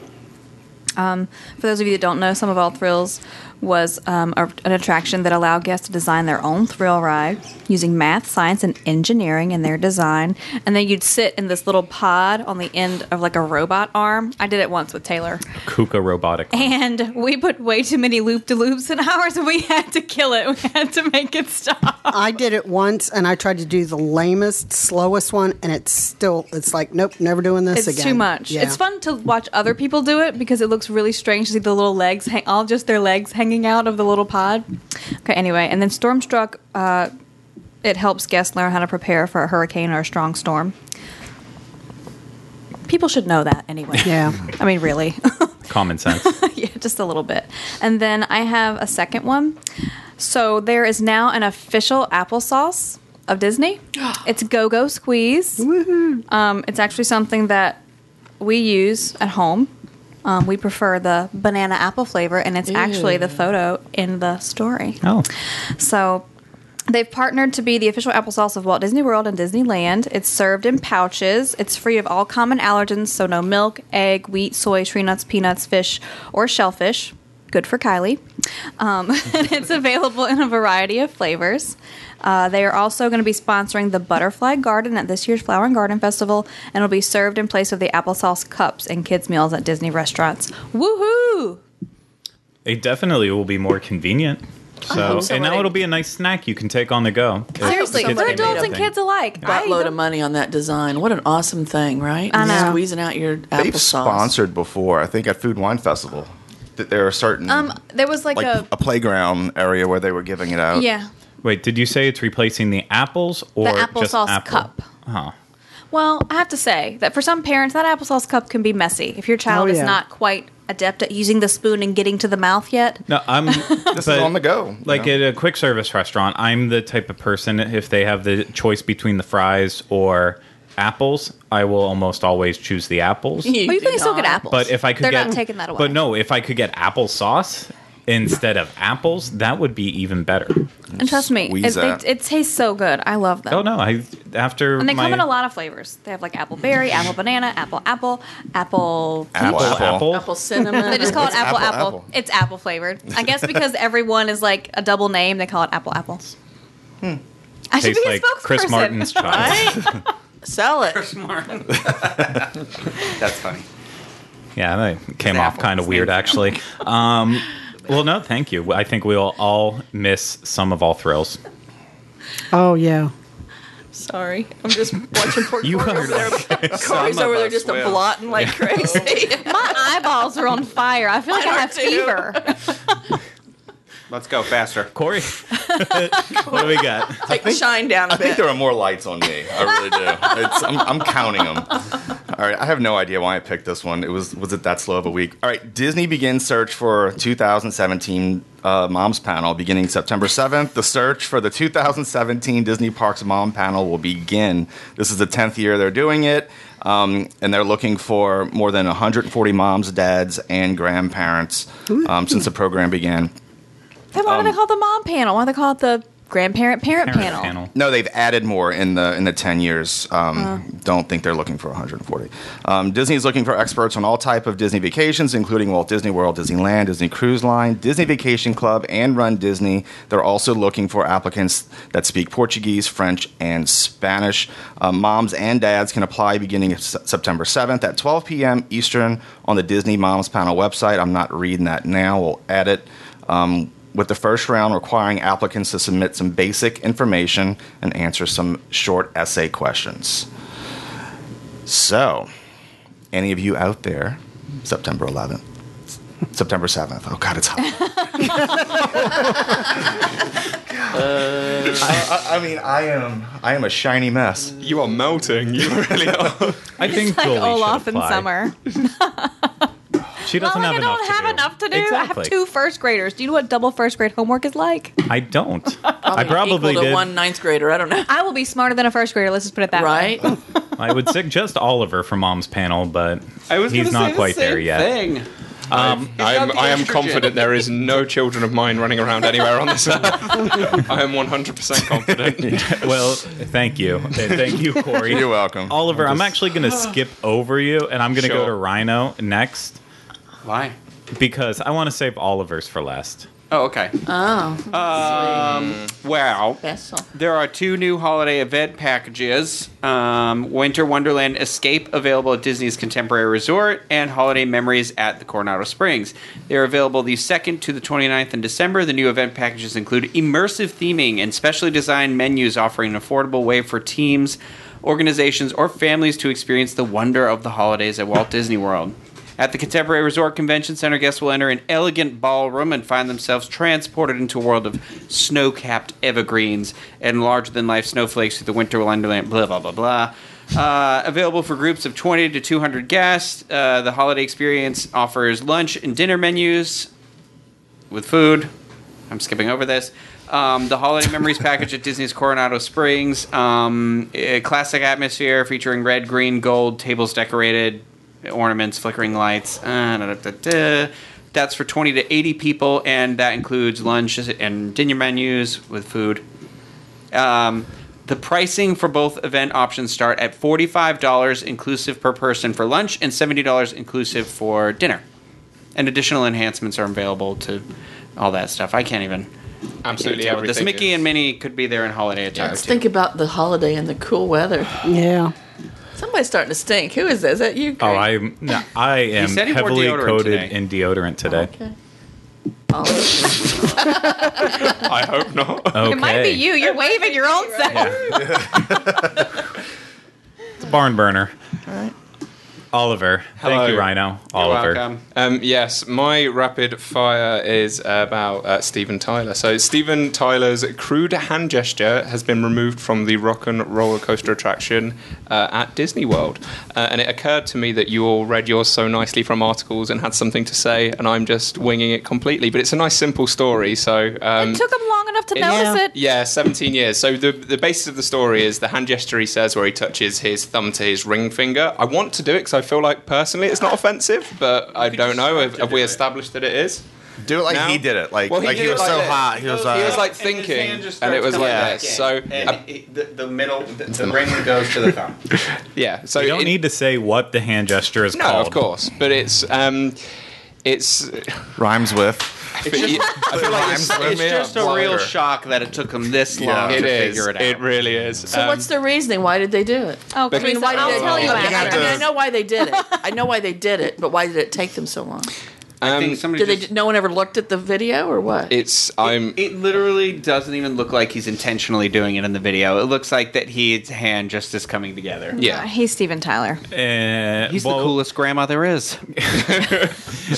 Um, for those of you that don't know, Sum of All Thrills was um, a, an attraction that allowed guests to design their own thrill ride using math, science, and engineering in their design. And then you'd sit in this little pod on the end of like a robot arm. I did it once with Taylor
Kuka Robotic.
and we put way too many loop de loops in ours, and we had to kill it. We had to make it stop.
I did it once, and I tried to do the lamest, slowest one, and it's still. It's like, nope, never doing this
It's
again.
too much.
Yeah.
It's fun to watch other people do it because it looks really strange to see the little legs, hang- all just their legs hanging out of the little pod. Okay, anyway, and then Stormstruck, uh, it helps guests learn how to prepare for a hurricane or a strong storm. People should know that anyway.
Yeah.
I mean, really.
Common sense.
yeah, just a little bit. And then I have a second one. So there is now an official applesauce of Disney. It's Go Go Squeeze. Um, it's actually something that we use at home. Um, we prefer the banana apple flavor, and it's actually the photo in the story.
Oh,
So they've partnered to be the official applesauce of Walt Disney World and Disneyland. It's served in pouches. It's free of all common allergens, so no milk, egg, wheat, soy, tree nuts, peanuts, fish, or shellfish. Good for Kylie. Um, and it's available in a variety of flavors. Uh, they are also going to be sponsoring the Butterfly Garden at this year's Flower and Garden Festival, and will be served in place of the applesauce cups and kids' meals at Disney restaurants. Woohoo!
it definitely will be more convenient. So, and now
somebody-
it'll be a nice snack you can take on the go. If
Seriously,
the kids
for
somebody
can make
adults and
something.
kids alike. I
buttload
don't-
of money on that design. What an awesome thing, right?
I know.
Squeezing out your
They've
applesauce.
sponsored before, I think, at Food and Wine Festival. That there are certain
Um, there was like,
like
a,
a, playground area where they were giving it out.
yeah,
Wait, did you say it's replacing the apples or
the
just
applesauce
apple?
cup.
Huh.
Well, I have to say that for some parents, that applesauce cup can be messy if your child
Oh,
is
yeah.
not quite adept at using the spoon and getting to the mouth yet.
No, I'm.
This is on the go. you
Like
know?
at a quick service restaurant, I'm the type of person if they have the choice between the fries or apples, I will almost always choose the apples.
But you
do
can still
not.
get apples.
But if I could
they're
get
not taking that away.
But no, if I could get applesauce instead of apples, that would be even better.
and trust me, it,
Squeeze
they,
that.
it tastes so good. I love them.
Oh no, I after
And they
my
come in a lot of flavors. They have like apple berry, apple banana, apple apple, apple.
Apple,
apple.
apple.
Apple cinnamon.
They just call it
It's
apple,
apple,
apple
apple.
It's apple flavored. I guess because everyone is like a double name, they call it apple apple. I should
Hmm. tastes
be a
like
spokesperson.
Chris Martin's child.
Sell it.
Smart.
That's funny.
Yeah, that came
It's
off
apple.
kind of
It's
weird,
named
actually. Um, well, no, thank you. I think we'll all miss some of all thrills.
Oh yeah.
Sorry, I'm just watching Port
You
Cory over there. Corey's
Some
over
of
there
us
just
will.
blotting like crazy.
My eyeballs are on fire. I feel like
Mine
I
are
have
too.
fever.
Let's go faster.
Corey, what do we got?
Take the shine down a
I think
bit.
there are more lights on me. I really do. It's, I'm, I'm counting them. All right, I have no idea why I picked this one. It was was it that slow of a week? All right, Disney begins search for 2017 uh, Moms Panel beginning September 7th. The search for the 2017 Disney Parks Mom Panel will begin. This is the 10th year they're doing it, um, and they're looking for more than 140 moms, dads, and grandparents um, since the program began.
Um,
Then why do they call it the mom panel? Why do they call it the grandparent parent, panel.
No, they've added more in the in the ten years. Um, Don't think they're looking for 140. Um, Disney is looking for experts on all type of Disney vacations, including Walt Disney World, Disneyland, Disney Cruise Line, Disney Vacation Club, and Run Disney. They're also looking for applicants that speak Portuguese, French, and Spanish. Uh, moms and dads can apply beginning of Se- September 7th at 12 p.m. Eastern on the Disney Moms Panel website. I'm not reading that now. We'll add it. Um, with the first round requiring applicants to submit some basic information and answer some short essay questions. So, any of you out there, September 11th, September 7th, oh God, it's hot. Uh, I, I- I mean, I am, I am a shiny mess.
You are melting. You really are.
I think
It's like
Julie should
Olaf in
apply.
summer.
She doesn't have
Mom, I
enough.
don't
to
have
do.
enough to do. I
Exactly.
have two first graders. Do you know what double first grade homework is like?
I don't. I probably
equal to
did.
one ninth grader. I don't know.
I will be smarter than a first grader. Let's just put it that way.
Right?
I would suggest Oliver for Mom's panel, but he's not quite there yet.
Thing.
I am,
got the
I am
estrogen.
confident there is no children of mine running around anywhere on this earth. I am 100% confident.
Well, thank you, And thank you, Corey.
You're welcome.
Oliver, I'm actually going to skip over you, and I'm going to go
Sure.
to Rhino next
Why?
because I want to save Oliver's for last.
Oh, okay. Um,
Oh,
Wow.
vessel.
There are two new holiday event packages um, Winter Wonderland Escape, available at Disney's Contemporary Resort, and Holiday Memories at the Coronado Springs. They are available the 2nd to the 29th in December. The new event packages include immersive theming and specially designed menus offering an affordable way for teams, organizations, or families to experience the wonder of the holidays at Walt Disney World. At the Contemporary Resort Convention Center, guests will enter an elegant ballroom and find themselves transported into a world of snow capped evergreens and larger than life snowflakes through the winter wonderland, blah, blah, blah, blah. Uh, available for groups of 20 to 200 guests, uh, the holiday experience offers lunch and dinner menus with food. I'm skipping over this. Um, the Holiday Memories package at Disney's Coronado Springs. Um, a classic atmosphere featuring red, green, gold, tables decorated, ornaments, flickering lights. Uh, da, da, da, da. That's for 20 to 80 people, and that includes lunch and dinner menus with food. Um, the pricing for both event options start at $45 inclusive per person for lunch and $70 inclusive for dinner. And additional enhancements are available to all that stuff. I can't even.
Absolutely
deal with this
everything.
Mickey
is-
and Minnie could be there in holiday attire.
Let's
too.
think about the holiday and the cool weather.
Yeah.
Somebody's starting to stink. Who is that? Is that you?
Oh,
Craig?
I no, I am
said he wore
heavily
deodorant
coated
today.
in deodorant today.
Okay. Oh,
I hope not.
Okay.
It might be you. You're waving your own self.
It's a barn burner. Oliver, thank
Hello.
you, Rhino.
You're
Oliver,
welcome.
Um, yes, my rapid fire is about uh, Steven Tyler. So Steven Tyler's crude hand gesture has been removed from the Rock and Roller Coaster attraction uh, at Disney World, uh, and it occurred to me that you all read yours so nicely from articles and had something to say, and I'm just winging it completely. But it's a nice, simple story. So um,
It took him long enough to notice it.
yeah, 17 years. So the the basis of the story is the hand gesture he says where he touches his thumb to his ring finger. I want to do it because I feel like personally it's not offensive, but I don't know. Have, have we established that it is?
Do it like
No.
he did it. Like,
Well,
like he
did it
was so
this.
hot. He was, uh,
he was like
And his
thinking,
hand
and,
just
it
starts
was like
coming
that.
back in,
So
and
uh,
it- the, the middle, the, the ring goes to the thumb.
yeah, so
you don't
it-
need to say what the hand gesture is
No,
called.
of course, but it's um, it's.
rhymes with.
I feel I feel like
Rhymes with-
It's just a real shock that it took him this long
Yeah.
to
It is.
figure it out.
It really is. Um,
so
Um,
what's the reasoning? Why did they do it?
Oh,
Because-
Chris,
I mean, why
I'll
did it-
tell you
Okay,
I, mean,
after.
I know why they did it. I know why they did it, but why did it take them so long?
I think somebody
Did they?
just-
No one ever looked at the video or what?
It's I'm.
It literally doesn't even look like he's intentionally doing it in the video. It looks like that his hand just is coming together.
yeah.
He's Steven Tyler.
Uh,
He's
well,
the coolest grandma there is.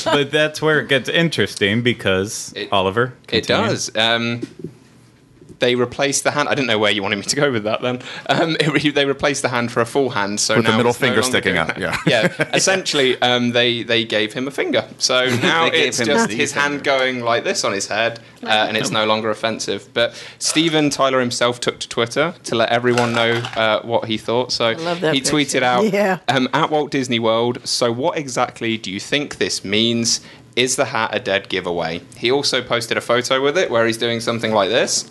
but that's where it gets interesting because
It-
Oliver.
It
continue.
does. Um, they replaced the hand. I didn't know where you wanted me to go with that. Then um, it, they replaced the hand for a full hand. So
With the
now
middle
it's no
finger
longer
sticking
doing
out,
that.
yeah.
yeah. Essentially, um, they they gave him a finger. So now
They gave
it's
him
just
the
his hand going like this on his head, uh, and it's no longer offensive. But Steven Tyler himself took to Twitter to let everyone know uh, what he thought. So
love that
he
picture.
tweeted out,
Yeah.
um, at Walt Disney World. So, what exactly do you think this means? Is the hat a dead giveaway? He also posted a photo with it where he's doing something like this.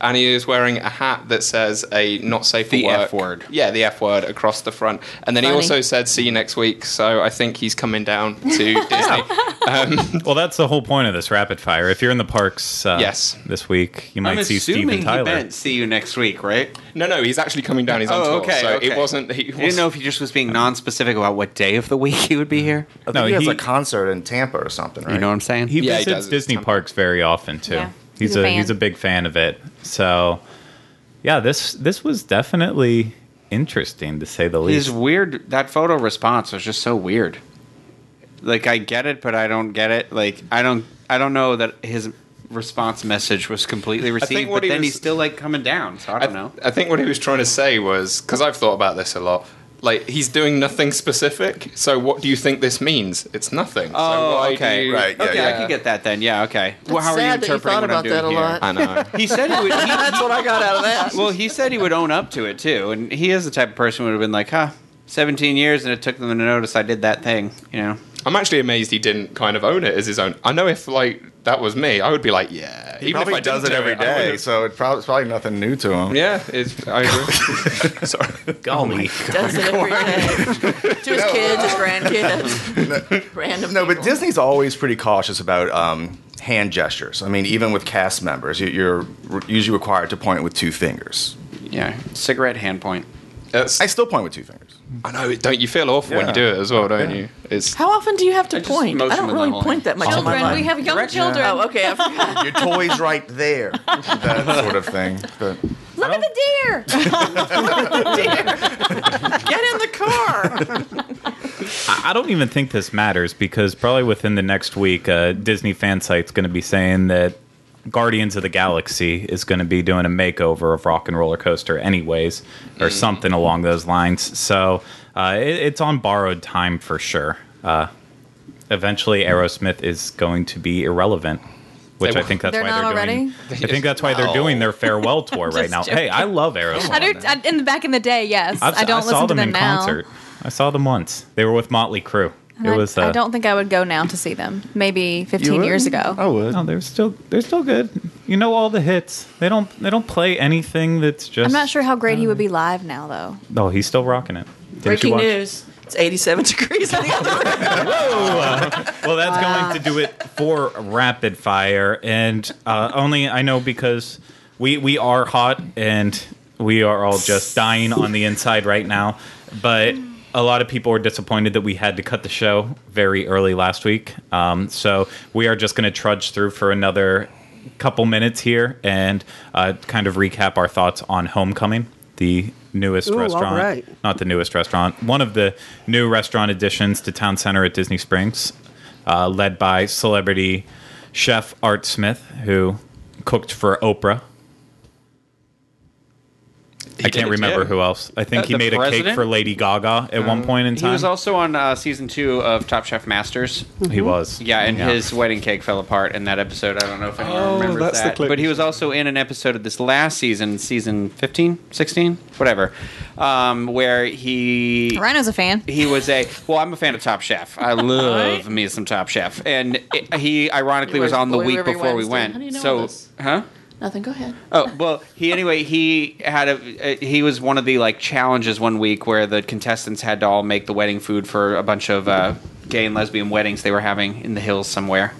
and he is wearing a hat that says a not safe
The
for work.
F word.
Yeah, the F word across the front. And then he
Funny.
also said, "See you next week." So I think he's coming down to Disney.
Well, that's the whole point of this rapid fire. If you're in the parks uh,
Yes.
this week, you might
I'm
see Steve
assuming
and
he
Tyler.
meant see you next week, right?
no, no, he's actually coming down. He's
Oh,
on tour. so it wasn't. He
I
was,
didn't know if he just was being non-specific about what day of the week he would be here.
I think
No,
he has
he-
a concert in Tampa or something, right?
You know what I'm saying?
He
Yeah, he
visits
does.
Disney parks very often too.
Yeah.
He's,
He's a
a,
fan.
he's a big fan of it. So, yeah, this this was definitely interesting to say the least.
His weird that photo response was just so weird. Like I get it, but I don't get it. Like I don't I don't know that his response message was completely received.
what
But
he
then
was-
he's still like coming down, so I
I,
don't know.
I think what he was trying to say was because I've thought about this a lot. Like he's doing nothing specific. So what do you think this means? It's nothing. so
Oh,
why do
okay.
you-
Right, yeah,
okay,
yeah.
I can get that then. Yeah, okay. well,
That's
how are you
sad that you
interpreting
thought
what
about
I'm doing
that a
here?
lot.
I know.
He said he would. He,
That's what I got out of that.
well, he said he would own up to it too, and he is the type of person who would have been like, "Huh, 17 years, and it took them to notice I did that thing." You know,
I'm actually amazed he didn't kind of own it as his own. I know if like that was me, I would be like, yeah.
He probably
didn't
does it
do
every
I wouldn't-
day, so it prob- it's probably nothing new to him.
yeah, it's. I agree. Sorry.
Golly.
Does it every day. To his kids, his grandkids. Random.
No, but
people.
Disney's always pretty cautious about um, hand gestures. I mean, even with cast members, you- you're re- usually required to point with two fingers.
yeah, cigarette hand point.
That's,
I still point with two fingers.
I know. it- Don't you feel awful when you
Yeah.
do it as well, don't you? It's.
How often do you have to
I just
point? I
motion
don't
with my
really
whole
point that much in my
Children,
life.
we have young
Correct.
children.
oh, okay. I forgot.
Your toy's right there. That sort of thing. But
Look at the deer.
Get in the car.
I I don't even think this matters because probably within the next week, uh, Disney fan site's going to be saying that Guardians of the Galaxy is going to be doing a makeover of Rock and Roller Coaster, anyways, or
Mm-hmm.
something along those lines. So uh, it, it's on borrowed time for sure. Uh, eventually, Aerosmith is going to be irrelevant. Which
They
I
will-
think that's
They're
why
not
they're
already?
doing. I think that's why they're doing their farewell tour right
Just
now. Hey,
joking.
I love Aerosmith.
I do, I, in the back in the day, yes. I've,
I've,
I do not
I
listen
saw
to
them
them
in
now.
concert. I saw them once. They were with Motley Crue.
And
It
I,
was. Uh,
I don't think I would go now to see them. Maybe 15 years ago.
I would.
No, they're still they're still good. You know all the hits. They don't they don't play anything that's just.
I'm not sure how great he
Um.
would be live now, though.
No, Oh, he's still rocking it. Didn't you
Breaking
watch-
news. It's 87 degrees in the other room.
Well, that's going to do it for rapid fire, and uh, only I know because we we are hot and we are all just dying on the inside right now. But a lot of people are disappointed that we had to cut the show very early last week. Um, so we are just going to trudge through for another couple minutes here and uh, kind of recap our thoughts on Homecoming, the newest
Ooh, all
restaurant
right.
not the newest restaurant, one of the new restaurant additions to Town Center at Disney Springs, uh, led by celebrity chef Art Smith, who cooked for Oprah. I
did,
can't remember
yeah.
who else. I think
Uh,
he
the
made a cake
president? Mm.
for Lady Gaga at one point in time.
He was also on uh, season two of Top Chef Masters.
He was.
Yeah, and his wedding cake fell apart in that episode. I don't know if anyone remembers
Oh, that's the
that.
clip.
but he was also in an episode of this last season, season 15, 16, whatever, um, where he
Rhino's a fan.
he was a well i'm a fan of top chef i love me some top chef and it- he ironically
He
was
wears
on the
blue
week
every
before we
Wednesday.
went
How do you know
so
all this?
huh
Nothing. Go ahead.
Oh well, he anyway he had a uh, he was one of the like challenges one week where the contestants had to all make the wedding food for a bunch of uh, gay and lesbian weddings they were having in the hills somewhere,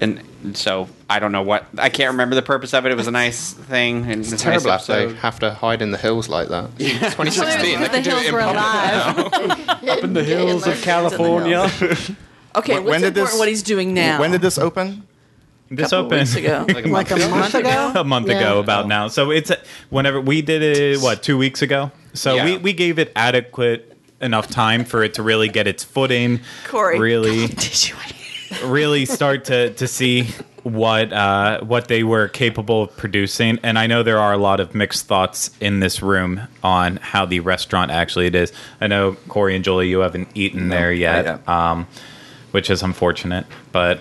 and so I don't know what I can't remember the purpose of it. It was a nice thing and
It's
a nice
terrible if they
episode.
have to hide in the hills like that. 2016, they
the
can do
hills
it in
were
public.
alive.
Up in the hills of California. Okay,
When-
what's
when did
important?
this-
what he's doing now?
When did this open?
This
Couple
opened
weeks ago.
Like a
Like a month ago?
a month ago about now. So it's whenever we did it, what two weeks ago. So
Yeah.
we, we gave it adequate enough time for it to really get its footing.
Corey.
really
Did you?
really start to to see what uh, what they were capable of producing. And I know there are a lot of mixed thoughts in this room on how the restaurant actually it is. I know Corey and Julie, you haven't eaten there yet,
yet.
Um, which is unfortunate, but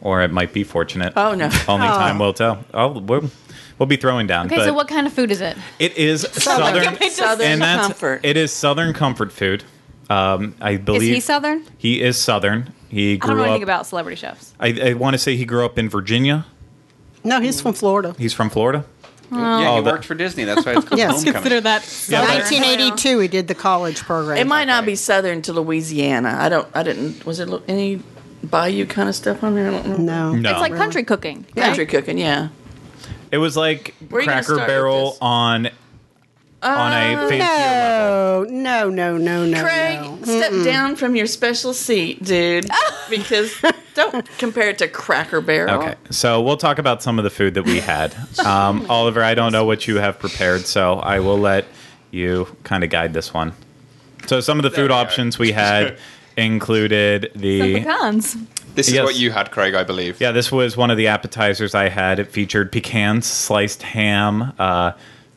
or it might be fortunate.
Oh, no.
Only time will tell. Oh, we'll, we'll be throwing down.
Okay,
but
so what kind of food is it?
it is southern,
Southern
and that's
comfort.
it is southern comfort food. Um, I
Is
believe
he Southern?
He is southern. He
I
grew
don't know anything
up
about celebrity chefs.
I, I want to say he grew up in Virginia.
No, he's from Florida.
He's from Florida.
yeah,
Oh,
you
that-
worked for Disney. That's why it's called
Yes.
Homecoming.
Consider that.
Yeah,
southern.
but-
1982, he did the college program.
It might not be southern to Louisiana. I don't. I didn't. Was there lo- any bayou kind of stuff on there? I don't remember.
No.
No,
Oh.
It's like country cooking.
Country cooking, yeah.
it was like
Where you gonna
Cracker
start with
Barrel
this?
on on
Oh,
a fancier level.
No, no, no, no, no.
Craig,
no.
step down from your special seat, dude. because don't compare it to Cracker Barrel.
Okay, so we'll talk about some of the food that we had. Um, Oliver, I don't know what you have prepared, so I will let you kind of guide this one. So some of the food
we go.
options we had included
Some
the
pecans.
This is
Yes.
what you had, Craig, I believe.
yeah. This was one of the appetizers I had. It featured pecans, sliced ham, uh,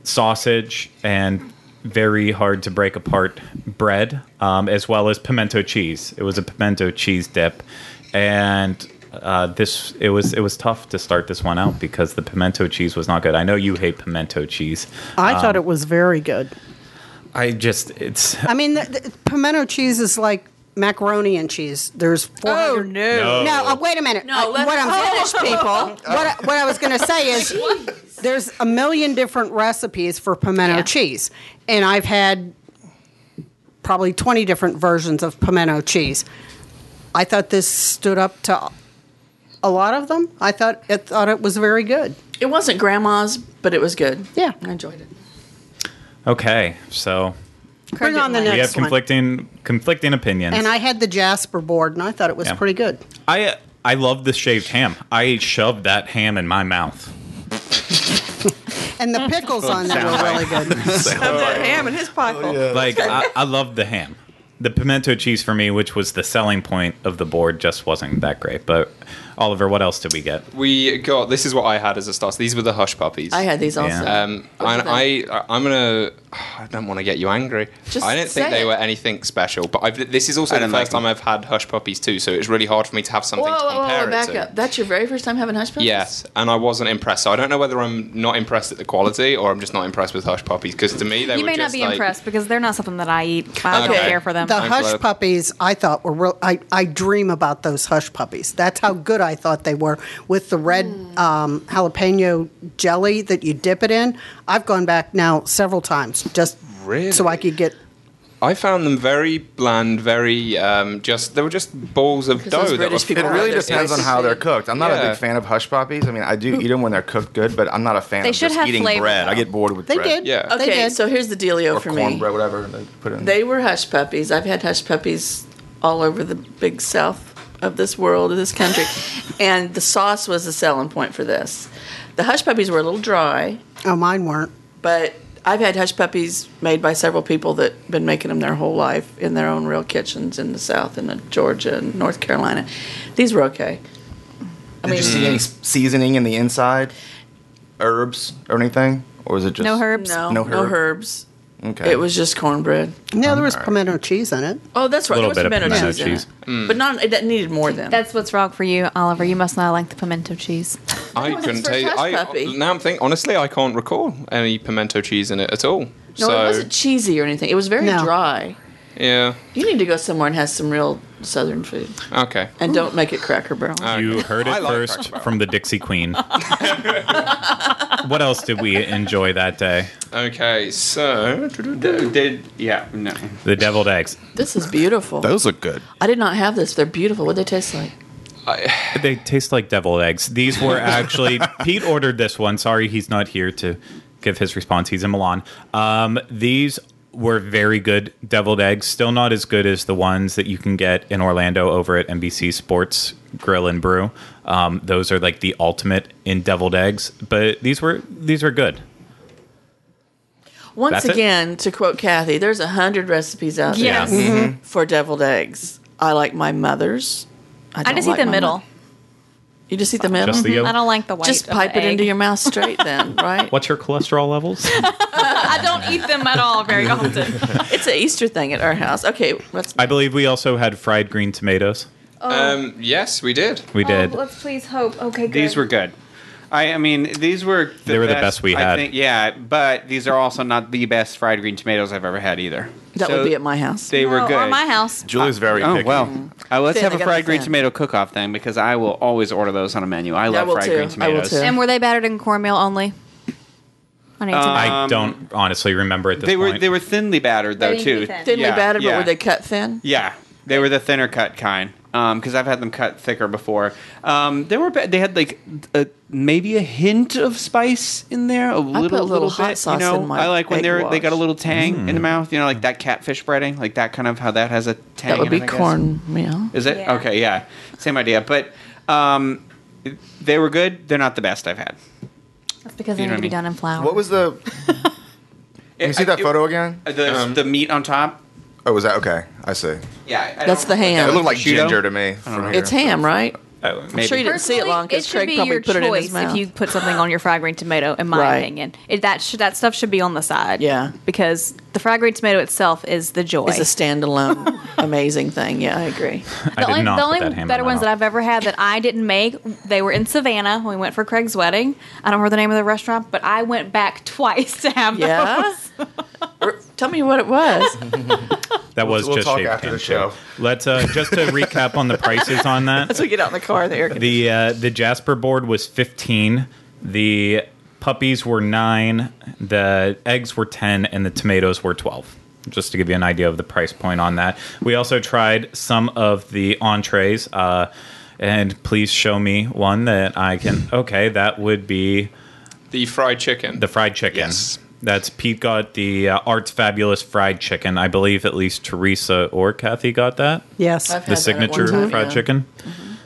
sausage, and very hard to break apart bread, um, as well as pimento cheese. It was a pimento cheese dip, and uh, this it was it was tough to start this one out because the pimento cheese was not good. I know you hate pimento cheese. Uh,
I thought it was very good.
I just it's
I mean, the, the pimento cheese is like macaroni and cheese. There's
Oh,
400
No.
No, uh, wait a minute.
No,
Uh,
let's-
what I'm people. What I, what I was going to say is there's a million different recipes for pimento
Yeah.
cheese, and I've had probably 20 different versions of pimento cheese. I thought this stood up to a lot of them. I thought I thought it was very good.
It wasn't grandma's, but it was good.
Yeah.
I enjoyed it.
okay. So
Bring on the
didn't like
we have
next one.
conflicting conflicting opinions.
And I had the Jasper board, and I thought it was
Yeah.
pretty good.
I I love the shaved ham. I shoved that ham in my mouth.
And the pickles on that were really good.
ham in his pocket.
Like I, I loved the ham. The pimento cheese for me, which was the selling point of the board, just wasn't that great. But Oliver, what else did we get?
We got this is what I had as a starter. These were the hush puppies.
I had these also.
Yeah.
Um, and I, I, I'm gonna. I don't want to get you angry.
Just
I don't think
say
they
it.
were anything special. But I've, this is also
I
the
don't like
first time I've had hush puppies too, so it's really hard for me to have
whoa,
something to
whoa, whoa,
compare
whoa,
it
back
to.
up. That's your very first time having hush puppies?
Yes, and I wasn't impressed. So I don't know whether I'm not impressed at the quality or I'm just not impressed with hush puppies because to me they
You
were
may not
just
be
like,
impressed because they're not something that I eat. I don't
Okay.
care for them.
The
I'm
hush
glad.
puppies, I thought were real. I, I dream about those hush puppies. That's how good I thought they were with the red
Hmm.
um, jalapeno jelly that you dip it in. I've gone back now several times just so I could get.
I found them very bland, very um, just. They were just balls of
'Cause
dough.
those
that
British
were
people
It really
They're
depends on
spicy.
how they're cooked. I'm not a
Yeah.
big fan of hush puppies. I mean, I do eat them when they're cooked good, but I'm not a fan
They
of
should
just
have
eating
flavor,
bread. I
though.
get bored with
They
bread.
did.
Yeah.
They
Okay,
did.
so here's the dealio
Or
for me.
cornbread, whatever they put in.
They were hush puppies. I've had hush puppies all over the big south of this world, of this country. and the sauce was the selling point for this. The hush puppies were a little dry,
Oh, mine weren't.
but I've had hush puppies made by several people that been making them their whole life in their own real kitchens in the south and in Georgia and North Carolina. These were okay. I
Did you see any s- seasoning in the inside? Herbs or anything? Or is it just
No herbs.
no,
No
no,
herb.
herbs.
Okay.
It was just cornbread.
No, there was pimento cheese in it.
Oh, that's right.
Little
there was
bit of
pimento
pimento
cheese, in it. but not it that needed more than
That's what's wrong for you, Oliver. You must not like the pimento cheese.
I
No, it's
couldn't
for
tell you.
hush
I, uh,
puppy.
now I'm thinking. Honestly, I can't recall any pimento cheese in it at all.
No,
so
it wasn't cheesy or anything. It was very
No.
dry.
yeah.
You need to go somewhere and have some real southern food,
Okay.
and don't make it Cracker Barrel.
You heard
I
it
like Cracker
first
Barrel.
from the Dixie Queen. what else did we enjoy that day?
Okay. So
Did yeah no.
The deviled eggs.
this is beautiful.
Those look good.
I did not have this. They're beautiful. What they taste like?
They taste like deviled eggs. These were actually Pete ordered this one. Sorry, he's not here to give his response. He's in Milan. Um, these were very good deviled eggs. Still not as good as the ones that you can get in Orlando over at NBC Sports Grill and Brew. Um, those are like the ultimate in deviled eggs. But these were these were good.
Once
That's it?
again, to quote Kathy, there's a hundred recipes out there
Yeah.
Mm-hmm.
for deviled eggs. I like my mother's.
I
don't
just eat
like
the
my
middle.
mother- You just eat the middle.
Just the yellow.
I don't like the white.
Just
of
pipe
the
it into
egg.
your mouth straight, then, right?
What's your cholesterol levels?
I don't eat them at all very often.
It's an Easter thing at our house. Okay, let's.
I believe we also had fried green tomatoes.
Oh.
um, yes, we did.
We did.
Oh, let's please hope. Okay, good.
These were good. I, I mean, these were the
They were the best we
I
had.
think, yeah, but these are also not the best fried green tomatoes I've ever had either.
that
So
would be at my house.
They were
Oh,
good.
Or my house.
Julie's very
Oh
picky.
well, uh, let's
Thin,
have
I
a
got
fried
the
green
thin.
tomato cook-off then, because I will always order those on a menu. I love
will
fried
too.
green
I will
tomatoes.
too.
And were they battered in cornmeal only? on AT&T?
Uh,
I don't honestly remember at this
They were
point.
they were thinly battered though
They need to be
too.
thin.
Thinly
Yeah,
battered,
yeah.
but were they cut thin?
Yeah, they were the thinner cut kind. Um, because I've had them cut thicker before. Um, they were ba- they had like a, maybe a hint of spice in there, a little
a little hot
bit.
sauce
you know,
in my
I like when
egg
they're they
wash.
got a little tang
Mm.
in the mouth. You know, like that catfish breading, like that kind of how that has a tang.
That would
in it,
be
I guess.
cornmeal.
Is it
Yeah.
okay? Yeah, same idea. But um, they were good. They're not the best I've had.
That's because they
You
need
know what I
to be
mean.
done in flour.
What was the? Can you see
I-
that
it-
photo again?
Uh,
Um,
The, the meat on top.
Oh, was that okay? I see.
Yeah, I
That's
don't-
the ham.
It looked like
Prosciutto?
ginger to me. From here.
It's ham, right? I'm sure you didn't see it
Personally,
long because
should
Craig
be
probably
your
put it in his
choice
mouth.
If you put something on your fried green tomato, in my
Right.
opinion, it, that should, that stuff should be on the side.
Yeah.
because the fried green tomato itself is the joy.
it's a standalone amazing thing. Yeah, I agree.
I
the
did
only,
not
the
put
only
that ham in
better
my
ones that
mouth.
I've ever had that I didn't make, they were in Savannah when we went for Craig's wedding. I don't remember the name of the restaurant, but I went back twice to have
Yeah.
those.
Or- Tell me what it was.
That was
We'll
just
talk
shaved
after
ham,
the show.
too. Let's uh, just to recap on the prices on that.
As we get out in the car, the air conditioning.
The uh, the Jasper board was fifteen. The puppies were nine. The eggs were ten, and the tomatoes were twelve. Just to give you an idea of the price point on that. We also tried some of the entrees. Uh, and please show me one that I can. Okay, that would be
The fried chicken.
the fried chicken.
Yes.
That's Pete got the uh, Arts Fabulous fried chicken. I believe at least Teresa or Kathy got that.
Yes.
I've
the
had that at one
signature
time,
fried
yeah. Mm-hmm.
chicken.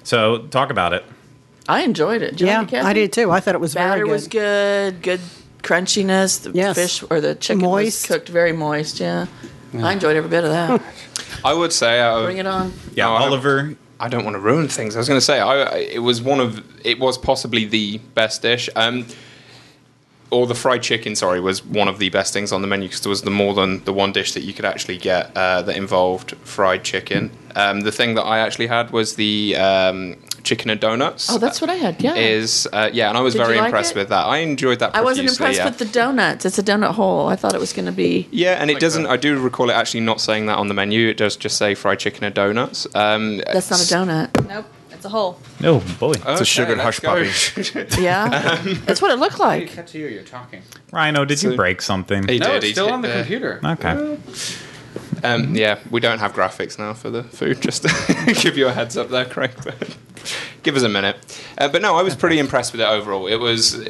So talk about it.
I enjoyed it. Did you
yeah,
like it, Kathy?
I did too. I thought it was very
Batter
good.
was good. Good crunchiness. The
Yes.
fish or the chicken
Moist.
was cooked very moist. Yeah. I enjoyed every bit of that.
I would say out of-
Bring it on.
Yeah,
No, Oh, I don't-
Oliver.
I don't want to ruin things. I was going to say I, I- it was one of it was possibly the best dish. Um, or the fried chicken, sorry, was one of the best things on the menu because there was the more than the one dish that you could actually get uh, that involved fried chicken. Um, the thing that I actually had was the um, chicken and donuts.
Oh, that's what I had. Yeah.
is uh, yeah, and I was
Did you
very
like
impressed
it?
with that. I enjoyed that.
I wasn't
profusely,
impressed
yeah.
with the donuts. It's a donut hole. I thought it was going to be.
Yeah, and it doesn't. I do recall it actually not saying that on the menu. It does just say fried chicken and donuts. Um,
That's not a donut.
Nope, it's a hole.
Oh boy,
It's a sugared hush puppy.
Yeah. That's what it looked like.
Cut to you. You're talking.
Rhino, did you
So-
break something?
He
No,
did,
it's
he
still
did,
on the
uh,
computer.
Okay.
Mm-hmm.
Um, yeah, we don't have graphics now for the food. Just to give you a heads up there, Craig. But give us a minute. Uh, but no, I was pretty impressed with it overall. It was.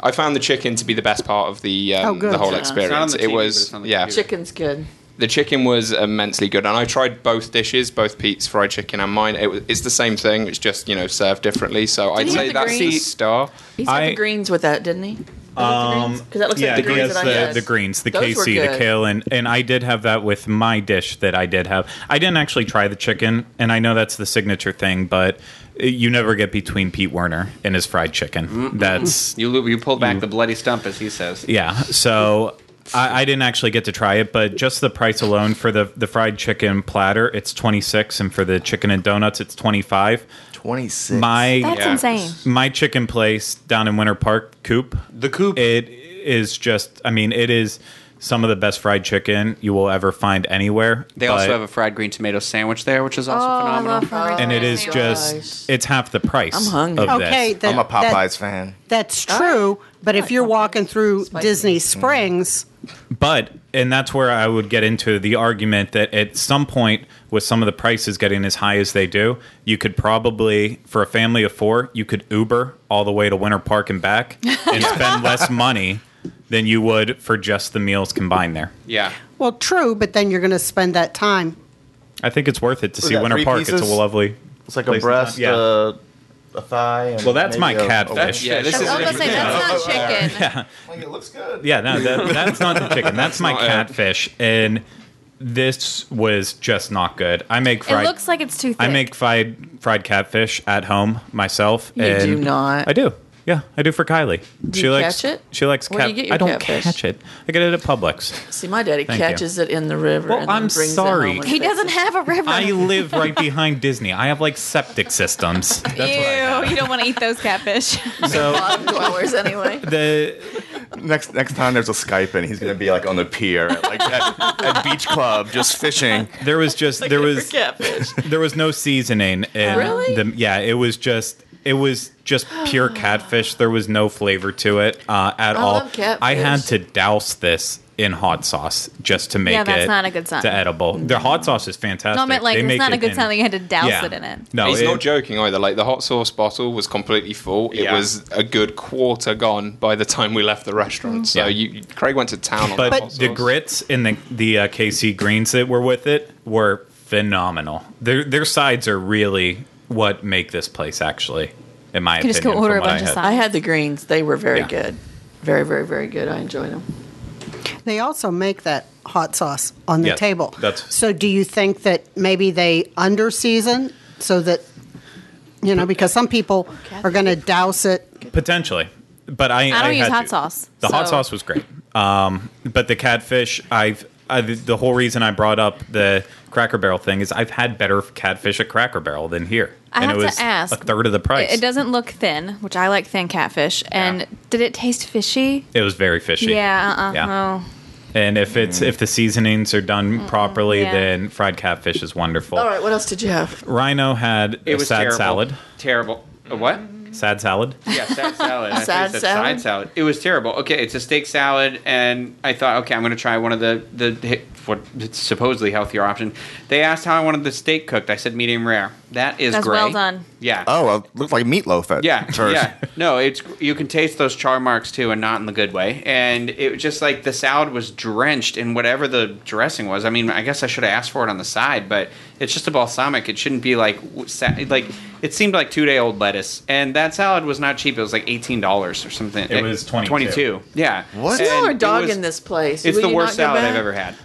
I found the chicken to be the best part of the
Oh,
um,
good.
the whole
Yeah,
it's not on
experience.
the
it
TV,
was
but it's on the
yeah.
computer.
Chicken's good.
The chicken was immensely good, and I tried both dishes, both Pete's fried chicken and mine. It was, it's the same thing. It's just you know served differently. So I'd
he have
say
the
that's the
greens?
star.
He said
I-
the greens with that, didn't he? Um, because that looks
yeah,
like the
he
greens
has
that I
the,
had.
the greens, the
Those were
KC, the
good.
kale, and and I did have that with my dish that I did have. I didn't actually try the chicken, and I know that's the signature thing, but uh, you never get between Pete Werner and his fried chicken. That's
You lo- you pull back the bloody stump, as he says.
Yeah. So I, I didn't actually get to try it, but just the price alone for the, the fried chicken platter, it's twenty six, and for the chicken and donuts, it's twenty five.
Twenty six.
My
That's
Yeah.
insane.
my chicken place down in Winter Park, Coop.
The coop.
It is just. I mean, it is some of the best fried chicken you will ever find anywhere.
They also have a fried green tomato sandwich there, which is also phenomenal.
Oh, fried
and it is
Oh,
chicken.
just it's half the price.
I'm hungry.
Of this.
Okay, that,
I'm a Popeyes
that-
fan.
that's true. But if you're walking through
Spicy.
Disney Springs,
But and that's where I would get into the argument that at some point with some of the prices getting as high as they do, you could probably for a family of 4, you could Uber all the way to Winter Park and back and spend less money than you would for just the meals combined there.
yeah.
well, true. But then you're going to spend that time.
I think it's worth it to see
that,
Winter
three
Park. It's
pieces?
a lovely
It's like
place
a
to-
breast,
Yeah.
uh, a thigh. And
Well, that's my
maybe a-
catfish.
Yeah, this
I was
is
about to say that's not chicken.
Oh, it looks good.
Yeah, no, that, that's not the chicken. That's my
not it.
catfish, and this was just not good. I make
It
fried.
looks like it's too thick.
I make fried fried catfish at home myself.
You
and
do not.
I do. Yeah, I do for Kylie.
Do
she
you
likes
catch it?
She likes
Where do
cat.
you get your
I don't
catfish?
catch it. I get it at Publix.
See, my daddy
Thank you.
catches it in the river.
Well,
and then
I'm
brings
sorry.
It home and
He
fixes
doesn't
it.
have a river.
I live right behind Disney. I have like septic systems. That's what I have.
Ew, you don't want to eat those catfish.
A
So
lot of dwellers anyway.
the
Next next time there's a Skype and he's gonna be like on the pier, at, like at, at beach club, just fishing.
there was just there was
catfish.
there was no seasoning. In
Really?
The, yeah, it was just It was just pure catfish. There was no flavor to it uh, at
I
all.
love catfish.
I had to douse this in hot sauce just to make
Yeah, that's
it
not a good sign. Mm-hmm.
to edible. Their hot sauce is fantastic.
No, I meant like
They
it's
make
not a
it
good
in-
sign that you had to douse
Yeah.
it in it.
No,
He's
it-
not joking either. Like the hot sauce bottle was completely full. It
Yeah.
was a good quarter gone by the time we left the restaurant. So
Yeah.
you, Craig went to town on
But,
the hot
the
sauce.
grits and the the uh, KC greens that were with it were phenomenal. Their their sides are really what make this place actually, in my
could
opinion.
just go
from
order a
what I
bunch of
had.
sides.
I had the greens. They were very
Yeah.
good. Very, very, very good. I enjoyed them.
They also make that hot sauce on the
Yeah,
table.
that's-
so do you think that maybe they under season so that you know because some people are going to douse it
Potentially, but I
I don't use
had
hot
to-
sauce,
The hot
so-
sauce was great, um, but the catfish. I've I, the whole reason I brought up the Cracker Barrel thing is I've had better catfish at Cracker Barrel than here,
I
and
have
it
to
was
ask,
a third of the price.
It, it doesn't look thin, which I like thin catfish. And
Yeah.
did it taste fishy?
It was very fishy.
Yeah. Uh. uh
Yeah.
Oh.
And if it's if the seasonings are done properly,
yeah.
then fried catfish is wonderful.
All right, what else did you have?
Rhino had
It
a
was
sad
terrible.
salad.
Terrible. A what?
Sad salad.
Yeah, sad salad. I thought you
Sad
said
salad?
Side salad. It was terrible. Okay, it's a steak salad, and I thought, okay, I'm going to try one of the the hi- what it's supposedly healthier option. They asked how I wanted the steak cooked. I said medium rare. That is
That's
great.
well done.
Yeah.
Oh, well, it looked like meatloaf at
Yeah,
first.
yeah. No, it's you can taste those char marks too, and not in the good way. And it was just like the salad was drenched in whatever the dressing was. I mean, I guess I should have asked for it on the side, but it's just a balsamic. It shouldn't be like w- sa- like it seemed like two day old lettuce. And that salad was not cheap. It was like eighteen dollars or something.
It was 22.
two. Yeah.
What? Y'all
And
People are
it was-
dogging this place.
It's
Will
the
you
worst
not go
salad I've
back?
ever had.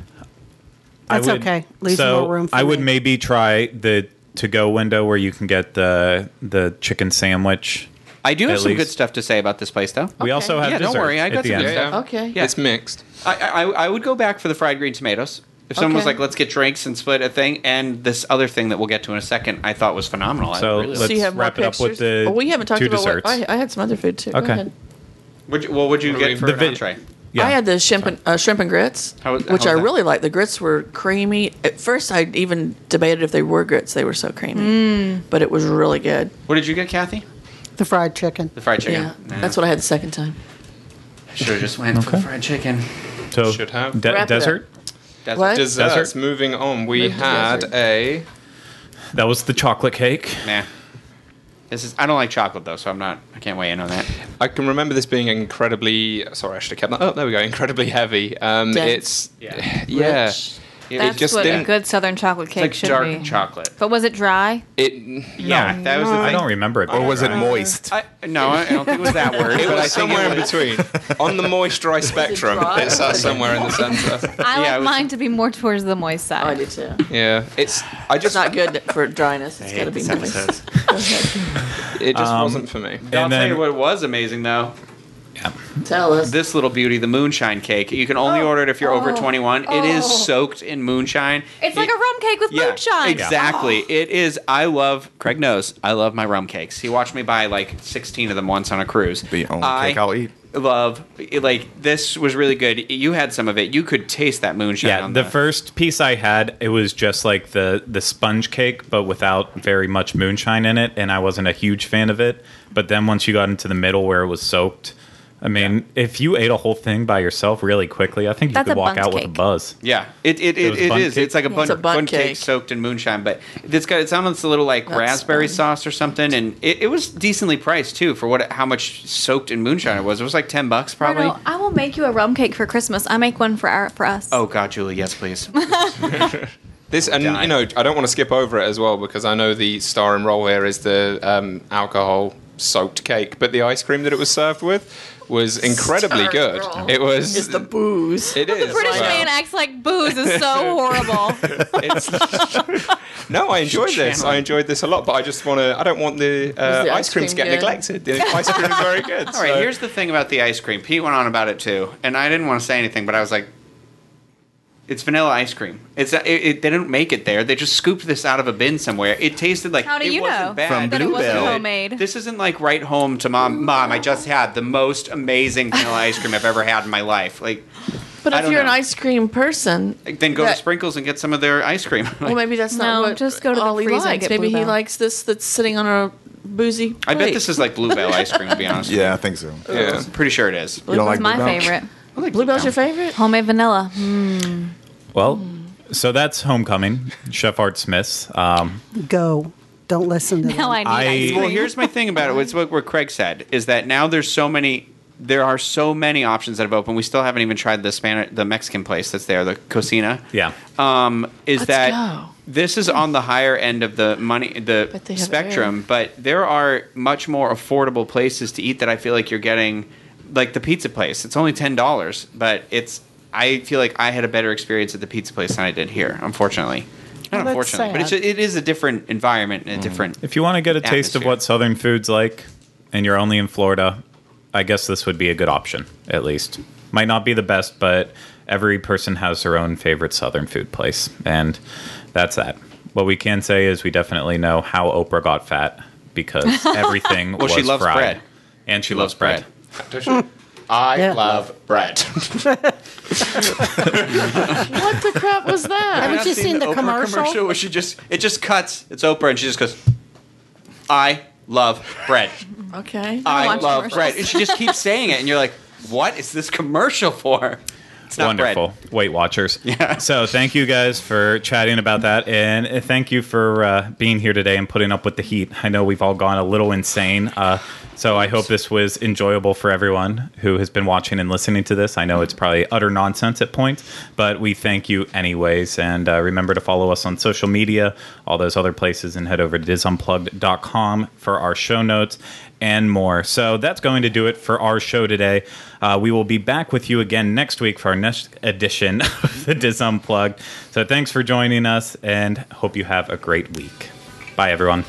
That's
I would,
okay. Leaves
so
more room for
I would
me.
maybe try the to go window where you can get the the chicken sandwich.
I do have
At
some good
least.
stuff to say about this place, though.
We also have
Yeah, don't
dessert
worry, I
at
got
the
some
end.
good
Yeah, yeah.
Okay.
Yeah.
It's mixed.
I, I, I would go back for the fried green tomatoes. If someone was
Okay.
like, let's get drinks and split a thing, and this other thing that we'll get to in a second, I thought was phenomenal. I
So
really
let's
so you have more
wrap it up with the
pictures? Oh, we haven't talked
two
about
desserts.
what I, I had some other food too. Go
Okay.
ahead.
Would you, well, would you
Or
get
leave
for
the
an
vi-
entree?
yeah.
I had the shrimp and, uh, shrimp and grits,
How- how
which
was
I
that?
really liked. The grits were creamy. At first, I even debated if they were grits. They were so creamy, but it was really good.
What did you get, Kathy?
the fried chicken.
The fried chicken.
Yeah, that's what I had the second time.
I should have just went for the
Okay.
fried chicken.
so
Should have.
de-
Wrap it up.
desert.
That's
What?
Desserts.
Desert.
Moving on, we
Moving to
had
dessert.
a.
That was the chocolate cake.
Nah. This is. I don't like chocolate though, so I'm not. I can't weigh in on that.
I can remember this being incredibly. Sorry, I should have kept that. Oh, there we go. Incredibly heavy. Um,
Dense.
It's
Yeah.
yeah.
Rich.
It
That's
just
what a
didn't-
good Southern chocolate cake
It's
should
like dark
be.
chocolate.
But was it dry?
It
Yeah,
that was the
I
thing.
don't remember it.
Or
being
was it
dry.
moist?
I, no, I don't think it was that word.
It
but I
was
think it
somewhere in
was-
between, on the moist dry spectrum.
dry?
It's uh, somewhere in the center.
I
Yeah, it
like
was-
mine to be more towards the moist
Oh, I
side.
did too.
Yeah, it's. I
It's
just
not good for dryness. It's got to be
this
moist.
episode.
Go ahead.
It just
Um,
wasn't for me.
I'll
And
tell you
then
what was amazing though.
Tell us.
this little beauty, the moonshine cake. You can
Oh.
only order it if you're over 21. It is soaked in moonshine.
It's like a
It-
rum cake with
yeah,
moonshine. Oh,
Exactly. It is. I love, Craig knows, I love my rum cakes. He watched me buy like 16 of them once on a cruise.
The only
I
cake I'll eat.
Love, like, this was really good. You had some of it. You could taste that moonshine.
Yeah,
on
the first piece I had, it was just like the the sponge cake, but without very much moonshine in it, and I wasn't a huge fan of it. But then once you got into the middle where it was soaked, I mean, if you ate a whole thing by yourself really quickly, I think you
That's
could
a
walk
bundt
out with a
cake.
buzz.
Yeah, it it, it,
was
it
bun
is.
cake?
It's like a bun,
it's a bun
bun cake.
cake.
soaked in moonshine, but it's got it's almost a little like
That's
raspberry
fun.
sauce or something, and it, it was decently priced too for what how much soaked in moonshine it was. It was like ten bucks probably.
Bruno, I will make you a rum cake for Christmas. I make one for our, for us.
Oh God, Julie, yes please.
This and
die.
you know, I don't want to skip over it as well because I know the star and roll here is the um, alcohol soaked cake, but the ice cream that it was served with was incredibly
Star
good.
roll.
It was.
It's the booze.
it is.
British
wow.
man acts like booze is so horrible.
It's- no, I enjoyed this. I enjoyed this a lot, but I just want to. I don't want the, uh,
Was the
ice
ice
cream to
cream
get
good?
neglected. The ice cream is very good.
All right, here's the thing about the ice cream. Pete went on about it too, and I didn't want to say anything, but I was like, "It's vanilla ice cream. It's uh, it, it, they didn't make it there. They just scooped this out of a bin somewhere. It tasted like
How do
it
you
wasn't
know
bad.
From
that it wasn't
Bluebell.
homemade?
This isn't like right home to mom. Mom, I just had the most amazing vanilla ice cream I've ever had in my life. Like,
But
I
if
don't
you're an
know.
ice cream person,
then go
Yeah.
to Sprinkles and get some of their ice cream.
well, maybe that's
No,
not what
just go to the
all he
freezer and
likes.
get
Maybe he
Bluebell.
likes this that's sitting on a boozy.
I bet
plate.
this is like Bluebell ice cream, to be honest.
Yeah, I think so. You
Yeah.
Pretty sure it is.
don't like
my
bluebell?
favorite.
Bluebell's your favorite?
Homemade vanilla.
Well, so that's Homecoming, Chef Art Smith. Um,
Go. Don't listen to them.
Now I need
I-
ice cream.
Well, here's my thing about it. It's what what Craig said is that now there's so many. There are so many options that have opened. We still haven't even tried the Spanish, the Mexican place that's there, the Cocina.
yeah.
um, is
Let's
that
go.
this is on the higher end of the money the
But they have
spectrum, but there are much more affordable places to eat that I feel like you're getting, like the pizza place. It's only ten dollars, but it's I feel like I had a better experience at the pizza place than I did here. Unfortunately, not
Well, that's
unfortunately, but it's
sad.
a, it is a different environment and a different.
If you want to get a taste of
Atmosphere.
what Southern food's like and you're only in Florida, I guess this would be a good option, at least. Might not be the best, but every person has their own favorite Southern food place. And that's that. What we can say is we definitely know how Oprah got fat because everything
Well,
was
she loves
fried.
bread.
And she, loves bread.
I
Yeah.
love bread.
What the crap was that?
Have
Haven't
you
you seen the
Oprah
commercial?
where she just it just cuts. It's Oprah, and she just goes, "I love bread.
okay.
I
watch
love
commercials.
bread," and she just keeps saying it, and you're like, "What is this commercial for?" It's not bread.
Wonderful. Weight Watchers. Yeah. So thank you guys for chatting about that. And uh, thank you for uh, being here today and putting up with the heat. I know we've all gone a little insane. Uh, so I hope this was enjoyable for everyone who has been watching and listening to this. I know it's probably utter nonsense at points, but we thank you anyways. And uh, remember to follow us on social media, all those other places, and head over to disunplugged.com for our show notes and more. So that's going to do it for our show today. Uh, we will be back with you again next week for our next edition of the Dis Unplugged. So thanks for joining us and hope you have a great week. Bye, everyone.